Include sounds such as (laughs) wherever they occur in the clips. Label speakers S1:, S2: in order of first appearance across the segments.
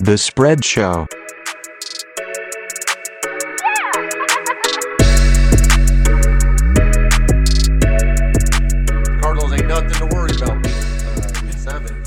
S1: The Spread Show.
S2: Cardinals ain't nothing to worry about. Week, uh, week seven,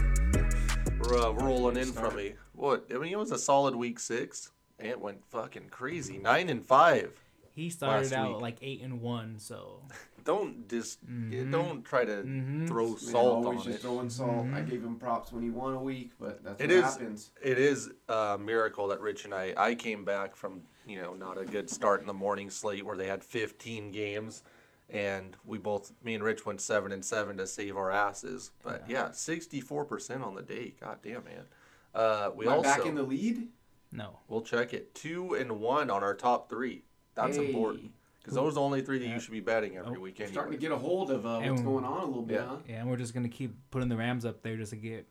S2: we're uh, rolling in from a what? I mean, it was a solid week six. It went fucking crazy. Nine and five.
S3: He started
S2: Last
S3: out
S2: week.
S3: like eight and one, so
S2: Don't dis. yeah,
S4: Mm-hmm.
S2: Don't try to
S3: Mhm.
S2: throw
S4: Man,
S2: salt
S4: always
S2: on
S4: just
S2: it.
S4: throwing salt.
S3: Mm-hmm.
S4: I gave him props when he won a week, but that's
S2: It
S4: what
S2: is-
S4: happens.
S2: It is a miracle that Rich and I. I came back from you know not a good start in the morning slate where they had 15 games, and we both me and Rich went seven and seven to save our asses. But yeah, 64% on the day. God damn man. Uh, we
S4: Am I
S2: also
S4: back in the lead?
S3: no.
S2: We'll check it. Two and one on our top three. That's
S4: Hey.
S2: important because those are the only three that you should be betting every
S3: Oh.
S2: weekend.
S4: Starting to get a hold of uh, what's
S3: And-
S4: going on a little bit,
S2: Yeah.
S4: huh?
S3: Yeah, and we're just gonna keep putting the Rams up there just to get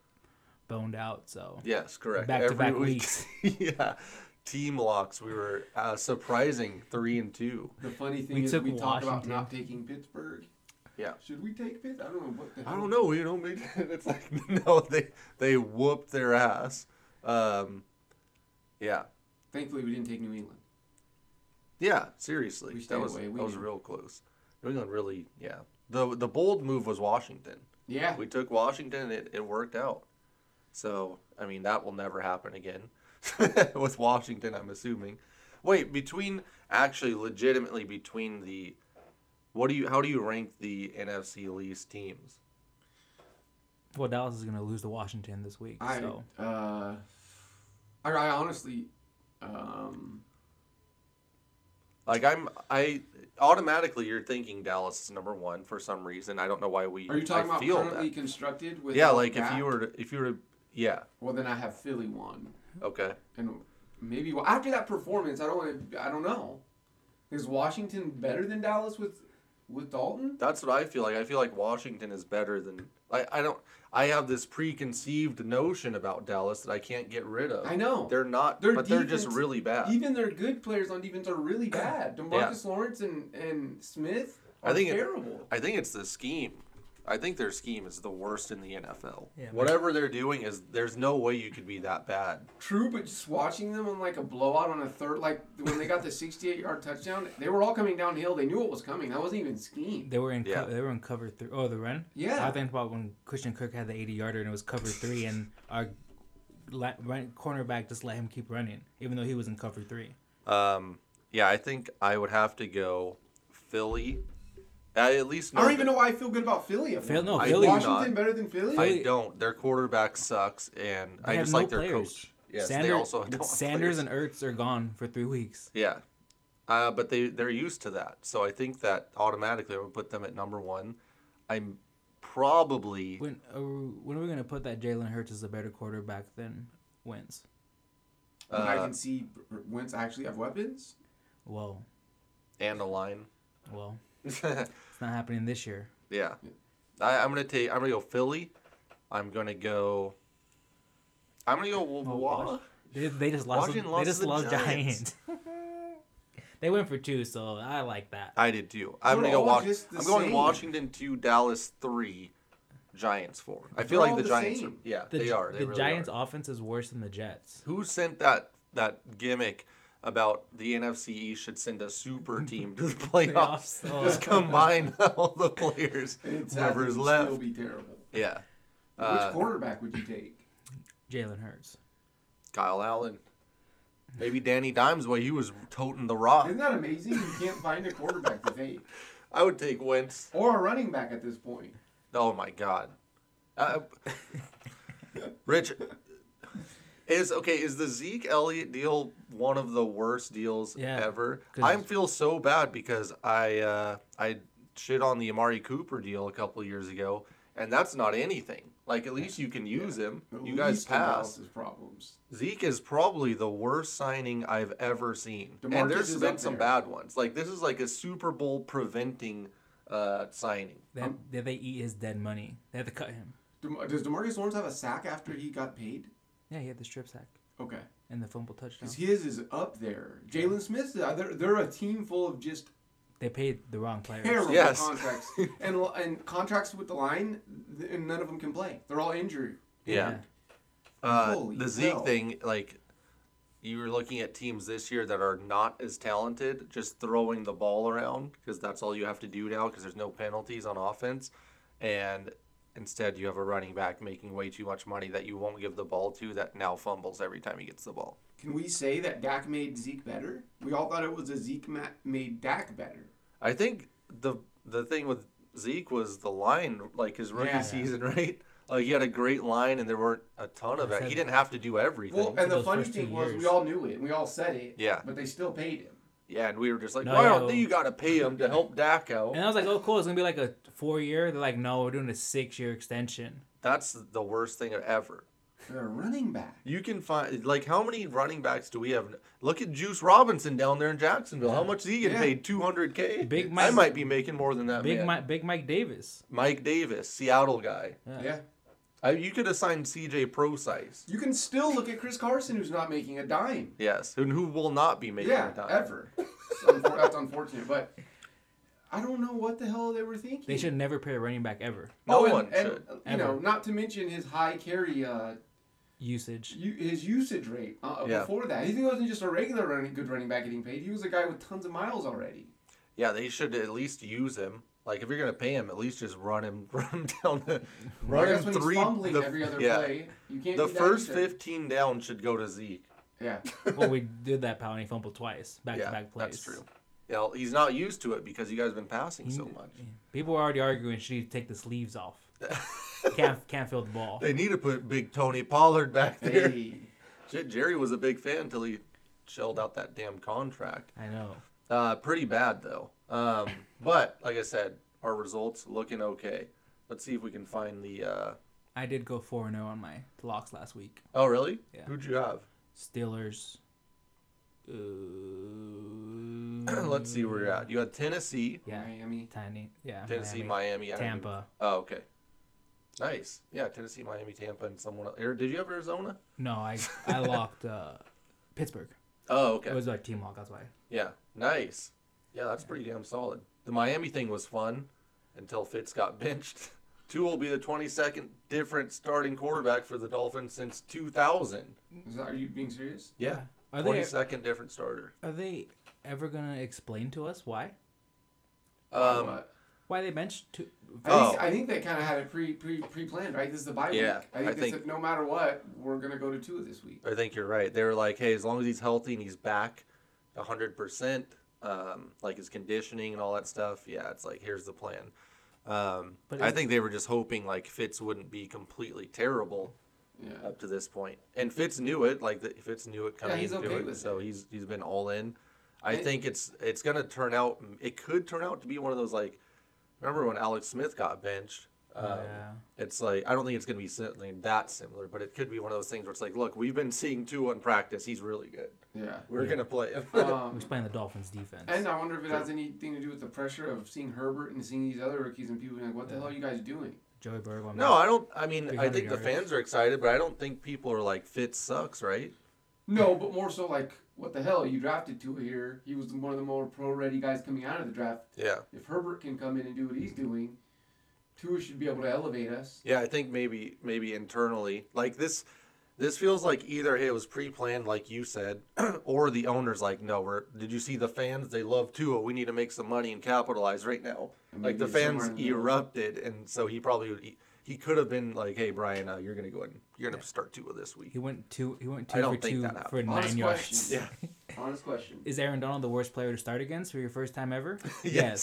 S3: boned out. So
S2: Yes, correct.
S3: Back to
S2: every
S3: back
S2: week.
S3: weeks.
S2: (laughs) yeah, team locks. We were uh, surprising three and two.
S4: The funny thing
S3: We
S4: is,
S3: took
S4: we talked about
S3: Washington.
S4: not taking Pittsburgh.
S2: Yeah.
S4: Should we take Pitt? I don't know what the
S2: I
S4: hell-
S2: don't know. You know, maybe (laughs) it's like no, they they whooped their ass. Um, yeah,
S4: Thankfully, we didn't take New England.
S2: yeah. Seriously,
S4: We
S2: that
S4: stayed
S2: was
S4: away. We
S2: that was
S4: knew.
S2: real close. New England really, yeah. the The bold move was Washington.
S4: Yeah.
S2: We took Washington. It, it worked out. So, I mean, that will never happen again (laughs) with Washington, I'm assuming. Wait, between actually legitimately between the what do you how do you rank the NFC least teams?
S3: well, Dallas is gonna lose to Washington this week.
S4: I,
S3: so
S4: uh, I, I honestly, um,
S2: Like I'm I automatically you're thinking Dallas is number 1 for some reason. I don't know why we
S4: are you talking
S2: I
S4: about
S2: feel
S4: currently
S2: that.
S4: constructed? With
S2: Yeah,
S4: all
S2: like if
S4: that?
S2: you were to, if you were to, yeah.
S4: well, then I have Philly one,
S2: Okay.
S4: and maybe well, after that performance, I don't want to. I don't know. Is Washington better than Dallas with with Dalton?
S2: That's what I feel like. I feel like Washington is better than I, I don't I have this preconceived notion about Dallas that I can't get rid of.
S4: I know.
S2: They're not
S4: Their
S2: but they're just
S4: defense-
S2: really bad.
S4: Even their good players on defense are really bad. Demarcus Lawrence and, and Smith are
S2: I think it-
S4: terrible.
S2: I think it's the scheme. I think their scheme is the worst in the NFL.
S3: Yeah, but-
S2: Whatever they're doing is there's no way you could be that bad.
S4: True, but just watching them on like a blowout on a third, like when they got the (laughs) 68 yard touchdown, they were all coming downhill. They knew what was coming. That wasn't even scheme.
S3: they were in
S2: Yeah.
S3: co- they were in cover three. Oh, the run.
S4: Yeah.
S3: I think about when Christian Kirk had the eighty yarder and it was cover three, and our la- run- cornerback just let him keep running, even though he was in cover three.
S2: Um, yeah, I think I would have to go Philly. I at least
S4: I don't even know why I feel good about Philly. at
S3: Phil- no,
S4: one.
S2: I
S4: Is
S2: Philly-
S4: Washington
S2: not.
S4: better than Philly?
S2: I don't. Their quarterback sucks, and
S3: They
S2: I
S3: have
S2: just
S3: no
S2: like their
S3: players.
S2: coach. Yes, they
S3: Sander-
S2: also (laughs) don't have
S3: Sanders
S2: players.
S3: and Ertz are gone for three weeks.
S2: yeah, uh, but they they're used to that, so I think that automatically I would put them at number one. I'm probably
S3: When are, we- when are we gonna put that Jalen Hurts is a better quarterback than Wentz?
S4: When I
S2: uh,
S4: can see Wentz actually have weapons.
S3: Whoa,
S2: and a line. (laughs)
S3: well, it's not happening this year.
S2: Yeah. I, I'm gonna take. I'm gonna go Philly. I'm gonna go. I'm gonna go. Wa-
S3: Oh,
S2: Wa-
S3: Wash- They, they just lost.
S2: Washington
S3: they
S2: lost
S3: just
S2: to the
S3: lost Giants. (laughs)
S2: Giants.
S3: they went for two, so I like that.
S2: I did too. I'm
S4: They're
S2: gonna go.
S4: all
S2: Wash-
S4: just the
S2: I'm going
S4: same.
S2: Washington two, Dallas three, Giants four. I feel
S4: They're
S2: like
S4: all
S2: the,
S4: the
S2: Giants. Are,
S4: same.
S2: yeah,
S3: The,
S2: they are. They
S3: the
S2: really
S3: Giants'
S2: Are.
S3: offense is worse than the Jets.
S2: Who sent that that gimmick about the NFC East should send a
S3: (laughs)
S2: super team to the playoffs?
S3: Playoffs.
S2: Just combine (laughs) all the players,
S4: It's
S2: whoever's
S4: Still
S2: left.
S4: be terrible.
S2: Yeah,
S4: Which quarterback would you take?
S3: Jalen Hurts.
S2: Kyle Allen. Maybe Danny Dimes while he was toting the rock.
S4: Isn't that amazing? You can't find a quarterback to take
S2: I would take Wentz.
S4: or a running back at this point.
S2: Oh my god. Uh, Rich is okay. Is the Zeke Elliott deal one of the worst deals
S3: Yeah,
S2: ever?
S3: 'cause-
S2: I feel so bad because I uh, I shit on the Amari Cooper deal a couple years ago, and that's not anything. Like at least you can use him.
S4: The
S2: You guys
S4: least of
S2: pass.
S4: Dallas's problems.
S2: Zeke is probably the worst signing I've ever seen,
S4: DeMarcus
S2: and there's
S4: is
S2: been
S4: up
S2: some
S4: there.
S2: bad ones. Like this is like a Super Bowl preventing uh, signing.
S3: That that they eat his dead money. They had to cut him.
S4: Dem- Does Demarcus Lawrence have a sack after he got paid?
S3: Yeah, he had the strip sack
S4: Okay,
S3: and the fumble touchdown.
S4: because his is up there. Jalen Smith's uh, they're, they're a team full of just
S3: They paid the wrong players.
S4: terrible
S2: Yes.
S4: contracts and l- and contracts with the line, th- and none of them can play. They're all injured.
S2: Yeah. uh,
S4: Holy
S2: the Zeke
S4: hell.
S2: thing, like you were looking at teams this year that are not as talented, just throwing the ball around because that's all you have to do now because there's no penalties on offense, and instead you have a running back making way too much money that you won't give the ball to that now fumbles every time he gets the ball.
S4: Can we say that Dak made Zeke better? We all thought it was a Zeke ma- made Dak better.
S2: I think the the thing with Zeke was the line, like his rookie
S4: Yeah.
S2: season, (laughs) right? Like he had a great line, and there weren't a ton of
S3: I
S2: it. He
S3: said-
S2: didn't have to do everything.
S4: Well, and the
S3: those
S4: funny
S3: first two
S4: thing was,
S3: years.
S4: we all knew it. We all said it.
S2: Yeah.
S4: But they still paid him.
S2: yeah, and we were just like,
S3: No,
S2: why
S3: yeah,
S2: don't
S3: well-
S2: you got to pay him to help Dak out?
S3: And I was like, oh, cool. It's gonna be like a four year. They're like, no, we're doing a six year extension.
S2: That's the worst thing ever.
S4: They're a running back.
S2: You can find like how many running backs do we have? Look at Juice Robinson down there in Jacksonville. How much is he getting
S4: Yeah.
S2: paid? Two hundred k.
S3: Big
S2: I
S3: Mike-
S2: might be making more than that.
S3: Big
S2: man.
S3: Mike, Big Mike Davis.
S2: Mike Davis, Seattle guy.
S3: Yeah.
S4: Yeah.
S2: I, you could assign C.J. Procyse.
S4: You can still look at Chris Carson, who's not making a dime.
S2: Yes, and who will not be making
S4: Yeah,
S2: a dime. (laughs)
S4: ever. It's unfor- that's unfortunate, but I don't know what the hell they were thinking.
S3: They should never pay a running back ever.
S2: No
S4: oh, and,
S2: one
S4: and,
S2: should.
S4: uh, You
S3: Ever.
S4: know, not to mention his high carry, uh,
S3: Usage.
S4: u- his usage rate uh,
S2: Yeah.
S4: before that. He wasn't just a regular running, good running back getting paid. He was a guy with tons of miles already.
S2: Yeah, they should at least use him. Like if you're gonna pay him, at least just run him, (laughs) run him down the, run
S4: That's
S2: him
S4: when
S2: three.
S4: he's fumbling
S2: the-
S4: every other
S2: yeah.
S4: play. You can't
S2: The
S4: do that
S2: first
S4: either.
S2: fifteen down should go to Zeke.
S4: Yeah.
S2: (laughs)
S3: well, we did that, pal, and he fumbled twice, back
S2: yeah,
S3: to back plays.
S2: that's true. You know, he's not used to it because you guys have been passing so much.
S3: People were already arguing should he take the
S2: (laughs)
S3: sleeves off? can't can't feel the ball.
S2: They need to put big Tony Pollard back there. (laughs)
S4: Hey.
S2: Shit, Jerry was a big fan till he shelled out that damn contract.
S3: I know.
S2: Uh, pretty bad though. Um, (laughs) but like I said, our results looking okay. Let's see if we can find the. Uh...
S3: I did go four and zero on my locks last week.
S2: Oh really?
S3: Yeah.
S2: Who'd you have? (clears throat)
S3: Steelers. Uh,
S2: Let's see where you're at. You had Tennessee,
S3: Yeah.
S4: Miami.
S3: Tiny. Yeah.
S2: Tennessee, Uh, Miami, I don't even-
S3: Tampa.
S2: Oh, okay. Nice. Yeah, Tennessee, Miami, Tampa, and someone else. Air- Did you have Arizona?
S3: No, I I
S2: (laughs)
S3: locked uh, Pittsburgh.
S2: Oh,
S3: It
S2: okay.
S3: was like team lock. That's why.
S2: Yeah, nice. Yeah, that's pretty damn solid. The Miami thing was fun until Fitz got benched. (laughs) Two will be the 22nd different starting quarterback for the Dolphins since 2000.
S4: Is that, are you being serious?
S2: Yeah,
S3: Are they
S2: 22nd different starter.
S3: are they ever gonna explain to us why
S2: Um,
S4: What?
S3: why they benched two?
S4: I,
S2: Oh.
S4: think, I think they kind of had it pre pre pre planned, right? This is the bye
S2: Yeah,
S4: week. I think
S2: I
S4: they
S2: think-
S4: said no matter what, we're gonna go to two this week.
S2: I think you're right. They were like, hey, as long as he's healthy and he's back 100%, um, like his conditioning and all that stuff, yeah, it's like, here's the plan. Um,
S3: But
S2: I
S3: is-
S2: think they were just hoping like Fitz wouldn't be completely terrible
S4: Yeah.
S2: up to this point, and Fitz knew it. Like the, Fitz knew it coming
S4: Yeah, he's
S2: into
S4: okay
S2: it,
S4: with
S2: so
S4: it.
S2: he's he's been all in. I
S4: And-
S2: think it's it's gonna turn out. It could turn out to be one of those like, remember when Alex Smith got benched? Um,
S3: Oh, Yeah.
S2: It's like I don't think it's gonna be something that similar, but it could be one of those things where it's like, look, we've been seeing two in practice. He's really good. (laughs)
S4: Yeah.
S2: We're gonna play
S4: (laughs)
S2: him.
S3: We're
S4: Um,
S3: explaining the Dolphins defense.
S4: and I wonder if it has anything to do with the pressure of seeing Herbert and seeing these other rookies and people being like, "What the hell are you guys doing?"
S3: Joey Burrow. I'm
S2: no, I don't. I mean, I
S3: 300
S2: think the
S3: yards.
S2: fans are excited, but I don't think people are like, Fitz sucks, right?
S4: No, but more so like, "What the hell? You drafted two here. He was one of the more pro-ready guys coming out of the draft.
S2: Yeah.
S4: If Herbert can come in and do what he's doing, Tua should be able to elevate us."
S2: Yeah, I think maybe maybe internally, like this, this feels like either it was pre-planned, like you said, (clears throat) or the owners like, no, we're. Did you see the fans? They love Tua. We need to make some money and capitalize right now.
S4: And
S2: like the
S4: maybe somewhere
S2: fans
S4: in the middle.
S2: erupted, and so he probably would, he, he could have been like, hey Brian, uh, you're gonna go ahead and you're gonna start Tua this week.
S3: He went two. He went
S2: I
S3: two for
S2: don't think
S3: two
S2: that happened.
S3: for
S4: Honest
S3: nine yards.
S4: question.
S3: (laughs)
S4: Honest question.
S3: Is Aaron Donald the worst player to start against for your first
S2: (laughs)
S3: time ever?
S2: Yeah.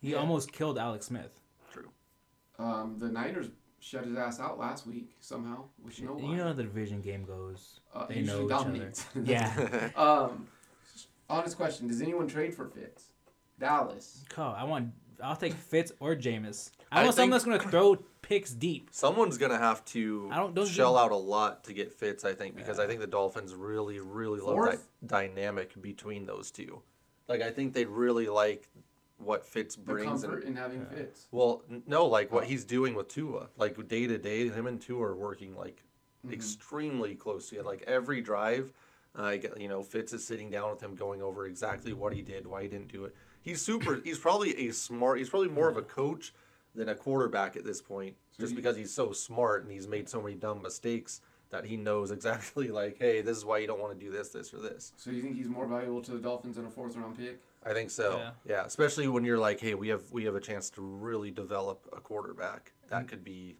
S3: He almost killed Alex Smith.
S2: True.
S4: Um, the Niners shut his ass out last week somehow. We should know why.
S3: You know how the division game goes.
S4: Uh,
S3: they know
S4: usually
S3: each
S2: (laughs)
S3: other.
S4: dominates.
S5: (laughs)
S3: Yeah.
S4: Um, honest question: Does anyone trade for Fitz? Dallas.
S3: Cool. I want. I'll take Fitz or Jameis.
S2: I
S3: I want someone
S2: think-
S3: that's
S2: (laughs)
S3: gonna throw picks deep.
S2: Someone's gonna have to
S3: I don't- don't
S2: shell
S3: give-
S2: out a lot to get Fitz, I think, because I think the Dolphins really, really love that
S4: Fourth?
S2: dynamic between those two. Like I think they really like what Fitz
S4: The
S2: brings.
S4: comfort
S2: And,
S4: in having Fitz.
S2: well, n- no, like what he's doing with Tua, like day to day, him and Tua are working like extremely close together. Like every drive, uh, I get you know Fitz is sitting down with him, going over exactly what he did, why he didn't do it. He's super. He's probably a smart. He's probably more of a coach than a quarterback at this point. just
S5: you-
S2: because he's so smart and he's made so many dumb mistakes that he knows (laughs) exactly like, hey, this is why you don't want to do this, this, or this.
S5: So you think he's more valuable to the Dolphins than a fourth round pick?
S2: I think so.
S3: Yeah.
S2: Yeah. especially when you're like, hey, we have we have a chance to really develop a quarterback that could be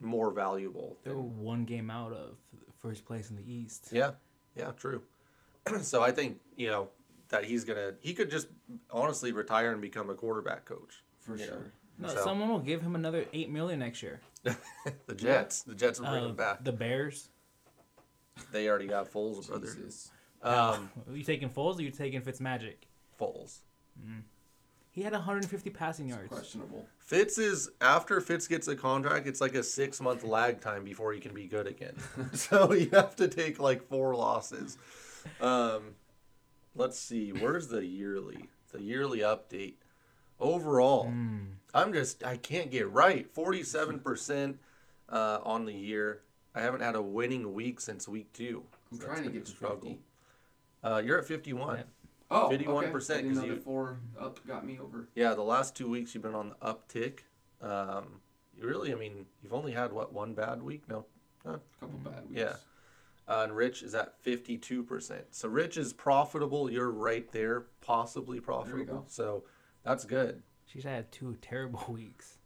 S2: more valuable.
S3: They were one game out of first place in the East.
S2: Yeah, yeah, true. (clears throat) so I think you know that he's gonna he could just honestly retire and become a quarterback coach.
S5: For
S2: Yeah.
S5: sure.
S3: No,
S2: So-
S3: someone will give him another eight million next year.
S2: The Jets, the Jets will bring
S3: Uh,
S2: him back.
S3: The Bears.
S2: They already got Foles, brother.
S5: Jesus.
S3: (laughs)
S2: Um,
S3: Are you taking Foles or are you taking Fitzmagic?
S2: Foles.
S3: He had 150 passing yards.
S5: Questionable.
S2: Fitz is after Fitz gets a contract, it's like a six month lag time before he can be
S5: (laughs)
S2: good again. so you have to take like four losses. Um, let's see, where's the yearly? The yearly update. Overall,
S5: Hmm.
S2: I'm just I can't get right. Forty seven percent uh, on the year. I haven't had a winning week since week two.
S5: I'm
S2: That's
S5: trying to
S2: been a
S5: get to 50.
S2: Uh, you're at fifty one.
S3: Yep.
S5: Oh,
S2: 51%
S5: okay. I didn't
S2: 'cause
S5: know
S2: you-
S5: the four up got me over.
S2: Yeah, the last two weeks you've been on the uptick. Um, you really, I mean, you've only had what one bad week? No,
S5: A couple
S4: Mm-hmm.
S5: bad weeks.
S2: Yeah. uh, and Rich is at fifty-two percent. So Rich is profitable. You're right there, possibly profitable.
S5: go.
S2: So that's good. (laughs)
S3: She's had two terrible (laughs) weeks.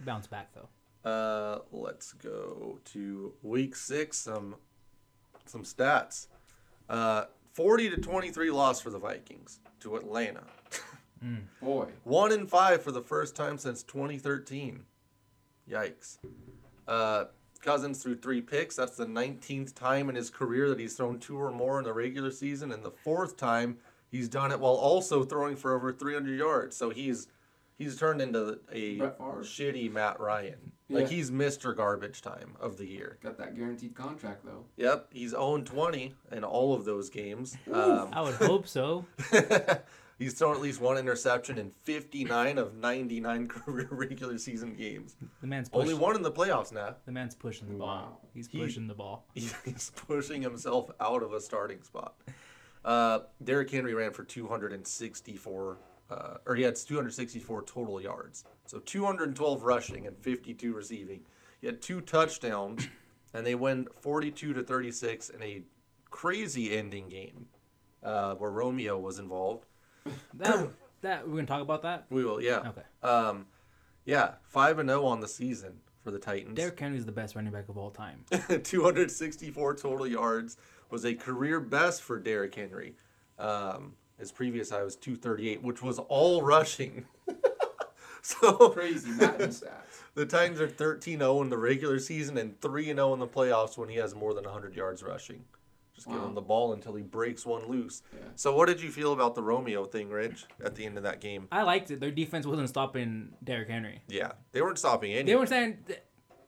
S3: Bounce back though.
S2: uh, let's go to week six. Some some stats. Uh, Forty to twenty-three loss for the Vikings to Atlanta.
S5: Boy.
S2: One in five for the first time since 2013. Yikes. Uh, Cousins threw three picks. That's the 19th time in his career that he's thrown two or more in the regular season, and the fourth time he's done it while also throwing for over 300 yards. So he's he's turned into a
S5: Brett Favre.
S2: shitty Matt Ryan.
S5: Yeah.
S2: Like he's Mr. Garbage Time of the year.
S5: Got that guaranteed contract though.
S2: Yep, he's 0 20 in all of those games. Um,
S3: I would hope so.
S2: (laughs) He's thrown at least one interception in 59 of 99 (laughs) career regular season games.
S3: The man's pushing.
S2: Only one in the playoffs now.
S3: The man's pushing the
S5: Wow.
S3: ball. He's
S2: He-
S3: pushing the ball.
S2: (laughs) He's pushing himself out of a starting spot. Uh, Derrick Henry ran for 264, uh, or he had 264 total yards. So 212 rushing and 52 receiving. He had two touchdowns, (coughs) and they win 42 to 36 in a crazy ending game uh, where Romeo was involved.
S3: That (coughs) that we're gonna talk about that.
S2: We will, yeah.
S3: Okay.
S2: Um, yeah, five and zero on the season for the Titans. (laughs)
S3: Derrick Henry is the best running back of all time.
S2: 264 total yards was a career best for Derrick Henry. Um, his previous high was 238, which was all rushing. (laughs) so
S5: Crazy Madden stats.
S4: (laughs)
S2: the Titans are 13 0 in the regular season and 3 0 in the playoffs when he has more than 100 yards rushing. Just give
S5: Wow.
S2: him the ball until he breaks one loose.
S5: Yeah.
S2: So, what did you feel about the Romeo thing, Rich, at the end of that game?
S3: I liked it. Their defense wasn't stopping Derrick Henry.
S2: Yeah, they weren't stopping any.
S3: They were saying the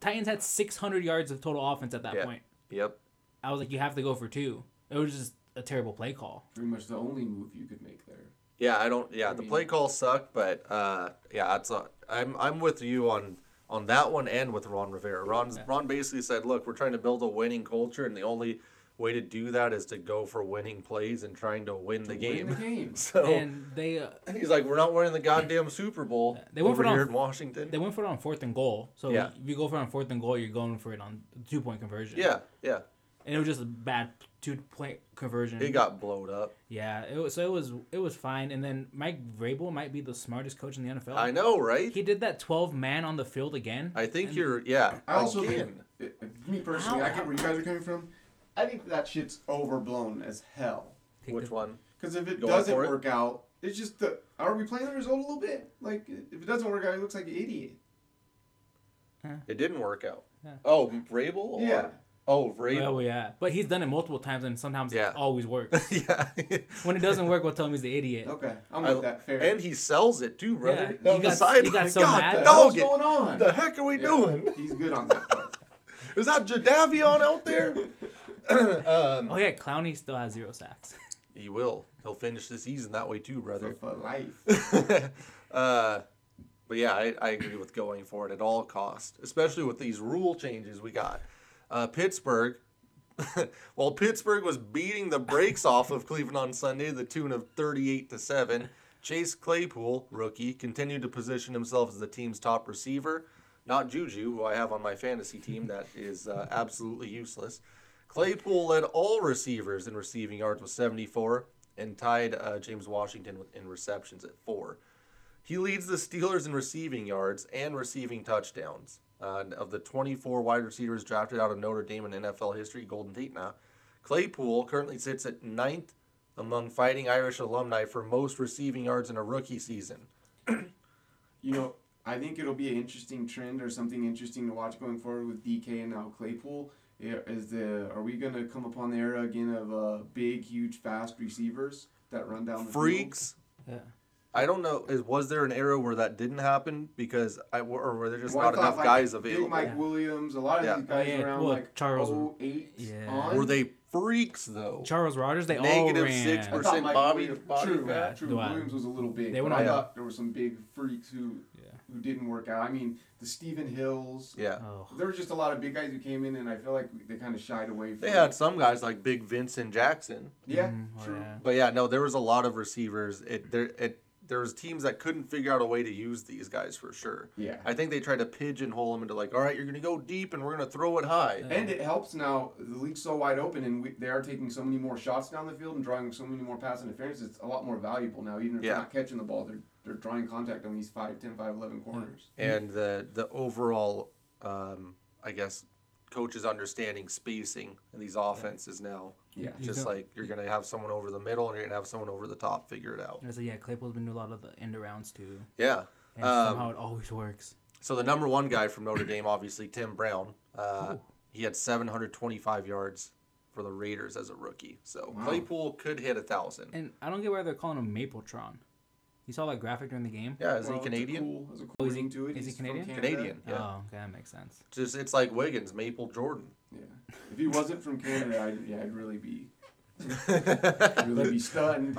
S3: Titans had 600 yards of total offense at that
S2: Yeah.
S3: point.
S2: Yep.
S3: I was like, you have to go for two. It was just a terrible play call.
S5: Pretty much the only move you could make there.
S2: Yeah, I don't. Yeah, the
S5: mean-
S2: play calls suck, but uh, yeah, it's a, I'm I'm with you on on that one and with Ron Rivera. Ron Ron basically said, look, we're trying to build a winning culture, and the only way to do that is to go for winning plays and trying to win the game. (laughs)
S5: Win the game.
S2: So
S3: And they uh,
S2: he's like, we're not winning the goddamn Super Bowl
S3: They went
S2: over
S3: for it
S2: here
S3: on-
S2: in Washington.
S3: they went for it on fourth and goal. So
S2: Yeah.
S3: if you go for it on fourth and goal, you're going for it on two point conversion.
S2: yeah, yeah,
S3: And it was just a bad two point conversion.
S2: it got blowed up.
S3: yeah. It was, so it was it was fine. And then Mike Vrabel might be the smartest coach in the NFL.
S2: I know, right?
S3: He did that 12 man on the field again.
S2: I think you're. Yeah,
S4: I also
S2: again.
S4: think, i- i- me personally,
S3: Ow,
S4: I get where you guys are coming from. I think that shit's overblown as hell.
S3: Take
S2: Which
S3: the- (laughs)
S2: one?
S4: Because if it
S2: Going
S4: doesn't
S2: for it?
S4: work out, it's just the. Are we playing the result a little bit? Like, if it doesn't work out, he looks like an idiot.
S2: It didn't work out.
S3: Yeah.
S2: Oh, Vrabel. Or,
S4: Yeah.
S2: Oh, Vrabel.
S3: Oh yeah, but he's done it multiple times, and sometimes
S2: Yeah.
S3: it always works.
S2: (laughs) yeah.
S3: when it doesn't work, we'll tell him he's the
S2: (laughs)
S3: idiot.
S4: Okay, I'm
S2: I-
S4: with that. Fair.
S2: And he sells it too, brother.
S3: Yeah.
S2: Yeah.
S3: He got- he got so
S2: God,
S3: mad.
S4: What the hell's
S2: dog it.
S4: going on?
S2: The heck are we doing?
S4: (laughs) He's good on that part.
S2: Is that Jadavion out
S4: (laughs)
S2: there? um,
S3: Oh yeah, Clowney still has zero sacks.
S2: he will. He'll finish the season that way too,
S4: for, (laughs)
S2: brother. (laughs)
S4: for life.
S2: uh, but yeah, I, I agree with going for it at all costs, especially with these rule changes we got. Uh, Pittsburgh. (laughs) While Pittsburgh was beating the brakes off of Cleveland on Sunday, to the tune of 38 to 7, Chase Claypool, rookie, continued to position himself as the team's top receiver. not Juju, who I have on my fantasy team that is uh, absolutely useless. Claypool led all receivers in receiving yards with 74 and tied uh, James Washington with- in receptions at four. He leads the Steelers in receiving yards and receiving touchdowns. Uh, and of the 24 wide receivers drafted out of Notre Dame in NFL history, Golden Tate now, Claypool currently sits at ninth among Fighting Irish alumni for most receiving yards in a rookie season.
S5: You know,
S4: I think it'll be an interesting trend or something interesting to watch going forward with DK and now Claypool. Yeah, Is the are we gonna come upon the era again of uh, big, huge, fast receivers that run down the field?
S2: Freaks.
S3: Yeah.
S2: I don't know. Is was there an era where that didn't happen because I or were there just
S4: Well, I
S2: not
S4: thought,
S2: enough
S4: like,
S2: guys
S4: Big
S2: available?
S4: Mike
S3: Yeah.
S4: Williams, a lot of
S2: Yeah.
S4: these guys
S3: Yeah,
S4: around
S3: well,
S4: like
S3: Charles-
S4: Charles 08
S3: yeah.
S4: on.
S2: were they freaks though?
S3: Charles Rogers, they all
S2: Negative
S3: ran.
S2: six
S4: I
S2: percent.
S4: thought Mike
S2: Bobby-
S4: Williams,
S2: Bobby
S4: true,
S2: Fat.
S4: true.
S3: The one.
S4: Williams was a little big.
S3: They
S4: but
S3: went
S4: I
S2: on-
S4: thought there were some big freaks who
S3: Yeah.
S4: who didn't work out. I mean, the Stephen Hills.
S2: Yeah,
S3: Oh.
S4: There were just a lot of big guys who came in, and I feel like they kind of shied away from.
S2: they had some guys like Big Vincent Jackson,
S4: Yeah,
S3: Mm, oh,
S4: true.
S3: yeah.
S2: but yeah, no, there was a lot of receivers. It there it there was teams that couldn't figure out a way to use these guys for sure.
S4: Yeah.
S2: I think they tried to pigeonhole them into like, all right, you're gonna go deep and we're gonna throw it high.
S4: And it helps now. The league's so wide open, and we, they are taking so many more shots down the field and drawing so many more pass interference. It's a lot more valuable now. Even if
S2: Yeah.
S4: they're not catching the ball, they're they're drawing contact on these 5, 10, 5, 11 corners.
S2: and the the overall um, I guess coaches understanding spacing in these offenses now.
S4: Yeah.
S3: You
S2: Just
S3: don't-
S2: like you're gonna have someone over the middle and you're gonna have someone over the top figure it out.
S3: And so yeah, Claypool's been doing a lot of the end arounds too,
S2: Yeah.
S3: and somehow
S2: Um,
S3: it always works.
S2: so the number one guy from Notre Dame, obviously Tim Brown. Uh, he had 725 yards for the Raiders as a rookie. So
S4: Wow.
S2: Claypool could hit a thousand.
S3: And I don't get why they're calling him Mapletron. You saw that graphic during the game.
S2: Yeah, is
S4: Well,
S2: he
S4: it's a
S2: Canadian?
S4: Cool, uh, it's a cool
S3: Oh, is he-
S4: ring to it.
S3: is he
S4: He's from
S3: Canadian?
S4: Canada.
S2: Canadian. Yeah.
S3: Oh, okay, that makes sense.
S2: Just it's like Wiggins, Maple Jordan.
S4: Yeah. If he wasn't from Canada, I'd, yeah, I'd really be I'd really be stunned.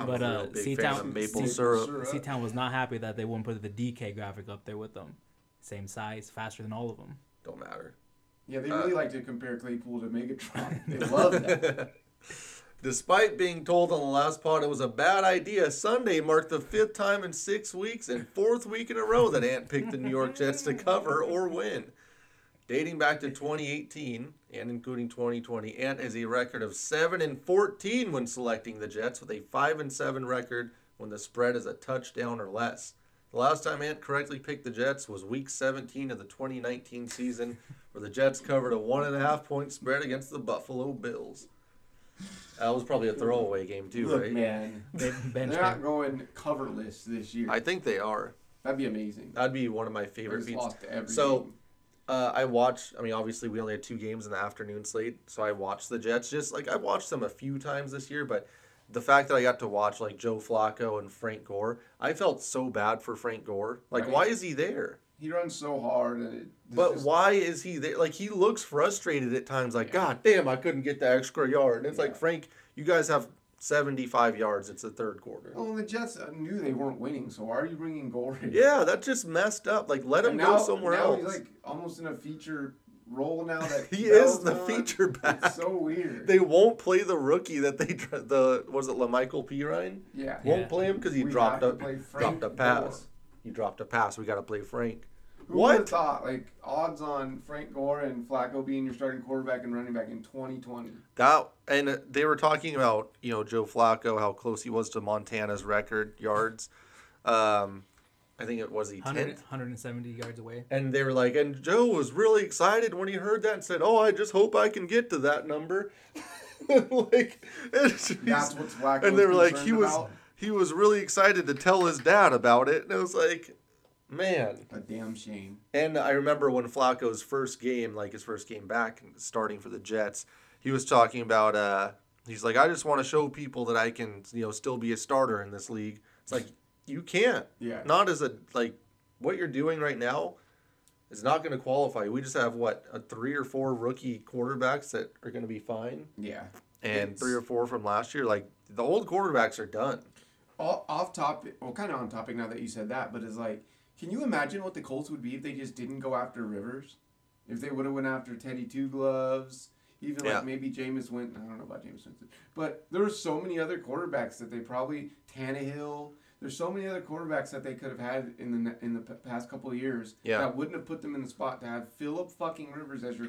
S2: (laughs) I'm
S3: But,
S2: a
S3: uh,
S2: real big
S3: see,
S2: fan
S3: Town-
S2: of maple
S3: see-
S2: syrup.
S3: C Town was not happy that they wouldn't put the DK graphic up there with them. Same size, faster than all of them.
S2: Don't matter.
S4: Yeah, they
S2: uh,
S4: really like to compare Claypool
S2: (laughs)
S4: to Megatron. They love that.
S2: Despite being told on the last pod it was a bad idea, Sunday marked the fifth time in six weeks and fourth week in a row that Ant picked the New York Jets to cover or win. Dating back to 2018 and including 2020, Ant has a record of 7 and 14 when selecting the Jets with a 5 and 7 record when the spread is a touchdown or less. The last time Ant correctly picked the Jets was week 17 of the 2019 season, where the Jets covered a one and a half point spread against the Buffalo Bills. That was probably a throwaway game, too,
S4: Look,
S2: right?
S4: man, (laughs)
S3: They benched
S4: they're not
S3: him.
S4: going coverless this year.
S2: I think they are.
S4: That'd be amazing.
S2: That'd be one of my
S4: They
S2: favorite
S4: just
S2: beats.
S4: lost every
S2: So,
S4: game.
S2: Uh, I watched. I mean, obviously, we only had two games in the afternoon slate, so I watched the Jets. Just like I watched them a few times this year, but the fact that I got to watch like Joe Flacco and Frank Gore, I felt so bad for Frank Gore. Like,
S4: Right.
S2: why is he there?
S4: he runs so hard, and it, it's
S2: But
S4: just-
S2: why is he there? Like, he looks frustrated at times. Like, God damn, I couldn't get the extra yard. And it's like,
S4: Yeah.
S2: Frank, you guys have seventy-five yards. It's the third quarter.
S4: Well, the Jets uh, knew they weren't winning, so why are you bringing Gore in?
S2: Yeah, that just messed up. Like, let him
S4: And
S2: go somewhere
S4: now
S2: else.
S4: He's like almost in a feature
S2: (laughs)
S4: role now that
S2: He is
S4: Bell's
S2: the
S4: gone.
S2: feature back.
S4: It's so weird.
S2: They won't play the rookie that they dr- the was it Lamichael Pirine
S4: yeah.
S3: Yeah.
S2: won't play him because he
S4: We
S2: dropped a
S4: have to play
S2: dropped
S4: Frank
S2: a pass. He dropped a pass. We got to play Frank.
S4: Who
S2: What?
S4: would have thought like odds on Frank Gore and Flacco being your starting quarterback and running back in 2020?
S2: That and uh, they were talking about you know Joe Flacco how close he was to Montana's record yards. Um, I think it was he
S3: 100,
S2: tenth.
S3: 170 yards away.
S2: And they were like, and Joe was really excited when he heard that and said, "Oh, I just hope I can get to that number." (laughs) like, it's just-
S4: That's what Flacco.
S2: and they were
S4: was
S2: like he
S4: concerned
S2: was
S4: about?
S2: he was really excited to tell his dad about it and it was like man
S4: a damn shame.
S2: and i remember when flacco's first game like his first game back and starting for the jets he was talking about uh he's like i just want to show people that i can you know still be a starter in this league it's like you can't
S4: Yeah.
S2: not as a like what you're doing right now is not going to qualify we just have what a three or four rookie quarterbacks that are going to be fine
S4: Yeah.
S2: and
S4: It's-
S2: three or four from last year like the old quarterbacks are done
S4: All, off topic, well, kind of on topic now that you said that, but it's like, can you imagine what the Colts would be if they just didn't go after Rivers? If they would have went after Teddy Two Gloves, even
S2: Yeah.
S4: like maybe Jameis Winston. I don't know about Jameis Winston, but there were so many other quarterbacks that they probably Tannehill. There's so many other quarterbacks that they could have had in the ne- in the p- past couple of years
S2: Yeah.
S4: that wouldn't have put them in the spot to have Philip fucking Rivers as your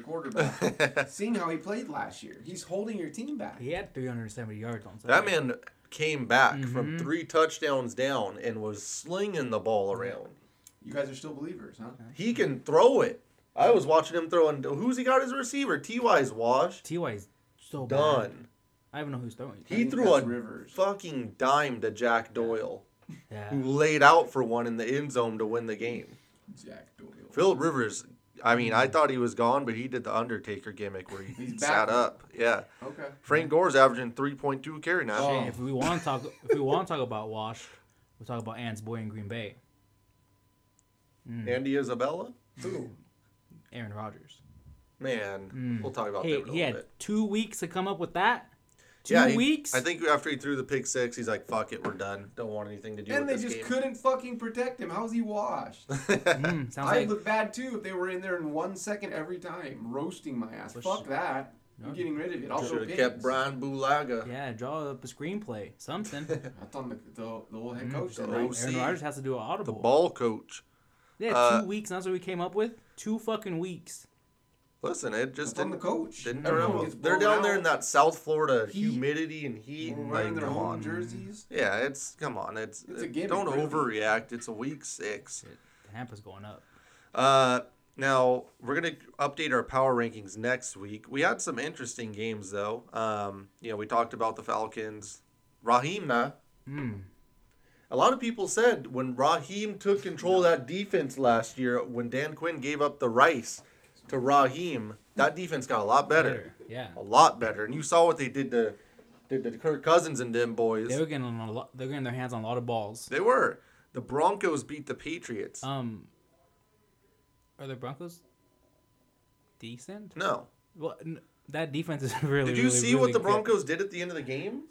S2: (laughs)
S4: quarterback. Seeing how he played last year, he's holding your team back.
S3: He had 370 yards on Sunday.
S2: That man came back from three touchdowns down and was slinging the ball around.
S4: You guys are still believers, huh?
S2: He can throw it. I was watching him throwing. Who's he got as a receiver? Ty's washed.
S3: Ty is so bad.
S2: Done.
S3: I don't even know who's throwing.
S4: I
S2: He
S4: think
S2: threw
S4: that's
S2: a
S4: Rivers.
S2: fucking dime to Jack Doyle,
S3: Yeah.
S2: who laid out for one in the end zone to win the game.
S4: Jack Doyle.
S2: Philip Rivers. I mean, I thought he was gone, but he did the Undertaker gimmick where he
S4: He's
S2: sat
S4: back.
S2: up. Yeah.
S4: Okay.
S2: Frank Gore's averaging 3.2 a carry now.
S4: Oh.
S3: If we want to talk, if we want to talk about Wash, we talk about Ant's boy in Green Bay,
S4: Mm.
S2: Andy Isabella?
S4: Who?
S3: Aaron Rodgers.
S2: Man, we'll talk about
S3: Mm. Hey,
S2: that in a
S3: he
S2: little
S3: had
S2: bit.
S3: two weeks to come up with that. Two
S2: he-
S3: weeks.
S2: I think after he threw the pick six, he's like, "Fuck it, we're done. Don't want anything to do
S5: And
S2: with
S5: they
S2: this
S5: just
S2: game."
S5: couldn't fucking protect him. How's he washed?
S2: (laughs)
S3: Mm, sounds
S5: I'd
S3: like
S5: look bad too if they were in there in one second every time, roasting my ass. Fuck that. I'm getting rid of it. I'll
S2: Should
S5: go
S2: have kept
S5: pigs.
S2: Brian Bulaga.
S3: (laughs) yeah. Draw up a screenplay,
S2: (laughs)
S3: something.
S5: That's on the, the, the old
S4: Mm,
S5: head coach.
S2: the
S5: though.
S2: right.
S5: right?
S2: OC.
S3: Aaron Rodgers has to do an
S2: The
S3: audible.
S2: ball coach.
S3: yeah,
S2: uh,
S3: two weeks. and That's what we came up with. Two fucking weeks.
S2: Listen, it just
S5: That's on the
S2: didn't,
S5: coach.
S2: didn't turn
S5: Everyone
S2: out.
S5: gets
S2: They're
S5: blown
S2: down there
S5: out.
S2: in that South Florida
S5: Heat.
S2: humidity and heat.
S5: We're
S2: and
S5: wearing
S2: like,
S5: their
S2: come
S5: home
S2: on.
S5: jerseys.
S2: Yeah, it's come on. It's,
S5: It's a
S2: it-
S5: gimmick,
S2: don't
S5: really.
S2: overreact. It's a week six.
S3: Shit, Tampa's going up.
S2: Uh, now we're gonna update our power rankings next week. We had some interesting games though. Um, you know, we talked about the Falcons. Rahimna.
S3: Mm.
S2: A lot of people said when Raheem took control of that defense last year, when Dan Quinn gave up the rice to Raheem, that defense got a lot better.
S3: Yeah.
S2: A lot better. And you saw what they did to did to Kirk Cousins and them boys.
S3: They were getting on a lot. They're getting their hands on a lot of balls.
S2: They were. The Broncos beat the Patriots.
S3: Um. Are the Broncos decent?
S2: no.
S3: Well, n- that defense is (laughs) really.
S2: Did you
S3: really,
S2: see
S3: really
S2: what the
S3: good.
S2: Broncos did at the end of the game?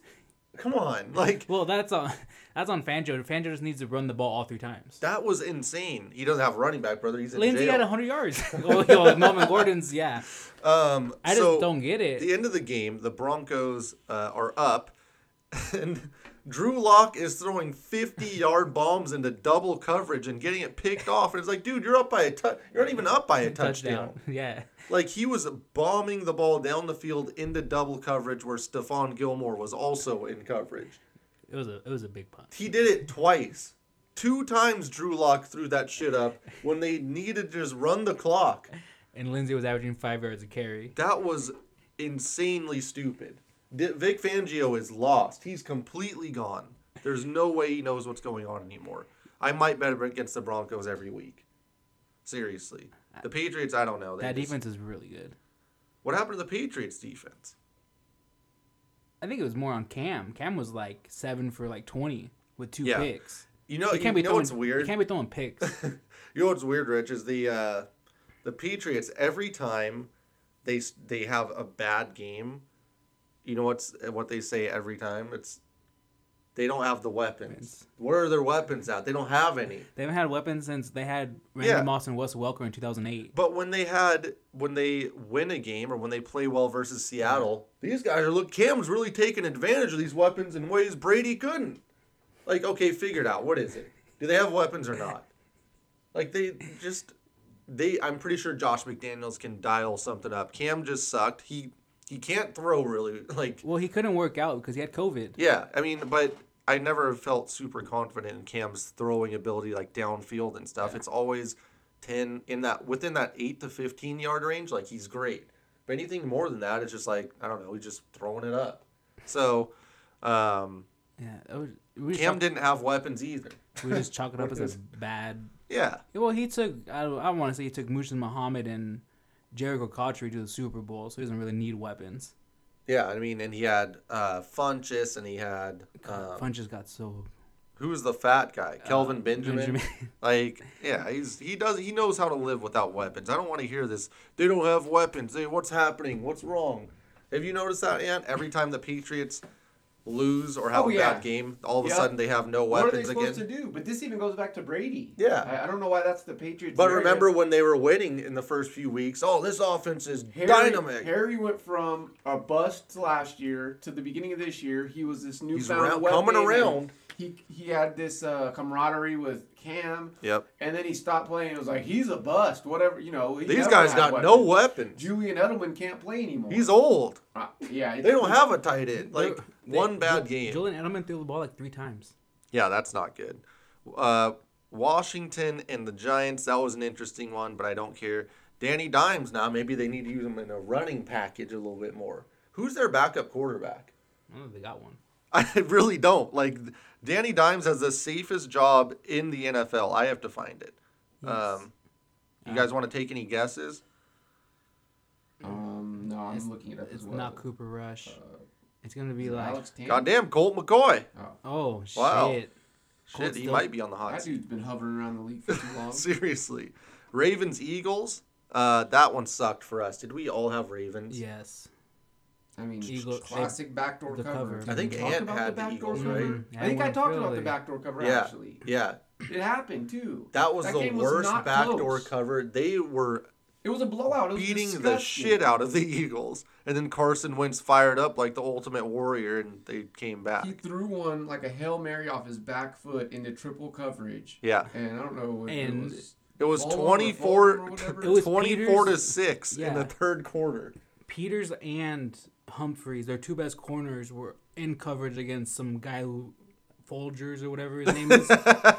S2: Come on. (laughs) Like
S3: Well, that's on (laughs) that's on Fangio. Fangio just needs to run the ball all three times.
S2: that was insane. He doesn't have a running back, brother. He's in
S3: Lindsey
S2: jail.
S3: had
S2: (laughs)
S3: 100 yards. oh, yo, Melvin Gordon's, yeah.
S2: um
S3: I just
S2: so-
S3: don't get
S2: At
S3: it.
S2: the end of the game, the Broncos uh, are up, (laughs) and Drew Lock is throwing 50 (laughs) yard bombs into double coverage and getting it picked off. And it's like, dude, you're up by a tou- You're not even up by a touchdown.
S3: (laughs) Yeah.
S2: Like, he was bombing the ball down the field into double coverage where Stephon Gilmore was also in coverage.
S3: It was a it was a big punt.
S2: He did it twice. Two times Drew Lock threw that shit up when they needed to just run the clock.
S3: And Lindsey was averaging 5 yards a carry.
S2: That was insanely stupid. Di- Vic Fangio is lost. He's completely gone. There's no way he knows what's going on anymore. I might bet against the Broncos every week. Seriously. The Patriots, I don't know. They
S3: That
S2: just-
S3: defense is really good.
S2: What happened to the Patriots defense?
S3: I think it was more on Cam. Cam was like 7 for like 20 with two
S2: Yeah.
S3: picks.
S2: You know, you,
S3: You can't be
S2: know
S3: throwing
S2: what's weird?
S3: You can't be throwing picks.
S2: (laughs) You know what's weird, Rich, is the uh, the Patriots every time they s- they have a bad game. You know what's uh, what they say every time? It's they don't have the weapons. Where are their weapons at? They don't have any.
S3: they haven't had weapons since they had Randy
S2: Yeah.
S3: Moss and Wes Welker in 2008.
S2: But when they had when they win a game or when they play well versus Seattle, these guys are look. Cam's really taking advantage of these weapons in ways Brady couldn't. Like, okay, figure it out. What is it? Do they have weapons or not? Like they just they. I'm pretty sure Josh McDaniels can dial something up. Cam just sucked. He he can't throw really. (laughs) Like
S3: Well, he couldn't work out because he had COVID.
S2: yeah, I mean, but I never felt super confident in Cam's throwing ability, like downfield and stuff. It's always ten in that within that eight to fifteen yard range. Like he's great, but anything more than that, it's just like I don't know. He's just throwing it up. So um,
S3: Yeah. it was- we, just
S2: Cam
S3: chalk,
S2: didn't have weapons either.
S3: we just chalk it
S2: (laughs)
S3: up as a bad
S2: Yeah,
S3: Well, he took. I, I want to say he took Mushin Muhammad and Jericho Cotchery to the Super Bowl, so he doesn't really need weapons.
S2: yeah. I mean, and he had uh, Funchess, and he had um,
S3: Punches got so.
S2: who's the fat guy?
S4: Uh,
S2: Kelvin Benjamin.
S3: Benjamin.
S2: (laughs) Like, yeah, he's he does he knows how to live without weapons. I don't want to hear this. They don't have weapons. They, what's happening? What's wrong? Have you noticed that, Ant? Every time the Patriots lose or have
S4: Oh,
S2: a
S4: yeah.
S2: bad game, all of a
S4: Yeah.
S2: sudden they have no
S4: What are they
S2: weapons
S4: supposed
S2: again.
S4: to do? But this even goes back to Brady.
S2: Yeah.
S4: I, I don't know why that's the Patriots.
S2: But
S4: narrative.
S2: remember when they were winning in the first few weeks? Oh, this offense is
S4: Harry,
S2: dynamic.
S4: Harry went from a bust last year to the beginning of this year. He was this
S2: He's
S4: newfound
S2: around-
S4: weapon,
S2: coming
S4: and
S2: around.
S4: He he had this uh, camaraderie with Cam.
S2: Yep.
S4: And then he stopped playing. It was like he's a bust. Whatever you know. he
S2: These
S4: never
S2: guys
S4: had
S2: got
S4: weapons.
S2: no weapons.
S4: Julian Edelman can't play anymore.
S2: He's old.
S4: Uh,
S2: (laughs)
S4: yeah.
S2: They don't have a tight end. Like
S3: They-
S2: one bad
S3: Ju-
S2: game.
S3: Julian Edelman threw the ball like three times.
S2: Yeah, that's not good. Uh, Washington and the Giants, that was an interesting one, but I don't care. Danny Dimes now, maybe they need to use him in a running package a little bit more. Who's their backup quarterback? (laughs)
S3: I don't know if they got one.
S2: I really don't. Like, Danny Dimes has the safest job in the NFL. I have to find it. Um, you guys want to take any guesses?
S4: Um, no, I'm
S3: It's-
S4: looking it up
S3: It's
S4: as well.
S3: not Cooper Rush. it's gonna
S4: Is
S3: be
S4: it
S3: like
S4: Alex Tanner.
S2: Goddamn, Colt McCoy.
S3: oh
S2: Wow. Shit,
S3: shit. Colt's
S2: he
S3: still-
S2: might be on the hot
S4: That
S2: seat.
S4: dude's been hovering around the league for too
S2: (laughs)
S4: long.
S2: Seriously. Ravens, Eagles. Uh, that one sucked for us. Did we all have Ravens?
S3: Yes.
S4: I mean,
S3: Eagle-
S4: classic backdoor
S3: the
S4: cover.
S3: cover.
S2: I think
S4: We talked
S2: Ant
S4: about
S2: had the
S4: backdoor
S2: Eagles,
S4: cover.
S2: right?
S3: Yeah,
S4: I think I
S3: one
S4: talked about the
S3: Philly.
S4: backdoor cover
S2: Yeah.
S4: actually.
S2: Yeah,
S4: It happened too.
S2: that was the
S4: game
S2: worst
S4: not
S2: backdoor
S4: close.
S2: cover. They were
S4: It was a blowout. It was
S2: beating the
S4: disgusting.
S2: shit out of the (laughs) Eagles, and then Carson Wentz fired up like the Ultimate Warrior, and they came back.
S4: He threw one like a hail mary off his back foot into triple coverage.
S2: Yeah,
S4: And I don't know. If
S3: And-
S4: it was,
S2: it was
S4: Ballmer or
S2: 24,
S4: Ballmer or whatever.
S3: It was
S2: 24 to
S3: Peters.
S2: six in the
S3: Yeah.
S2: third quarter.
S3: Peters and Humphreys, their two best corners, were in coverage against some guy who Folgers or whatever his name is,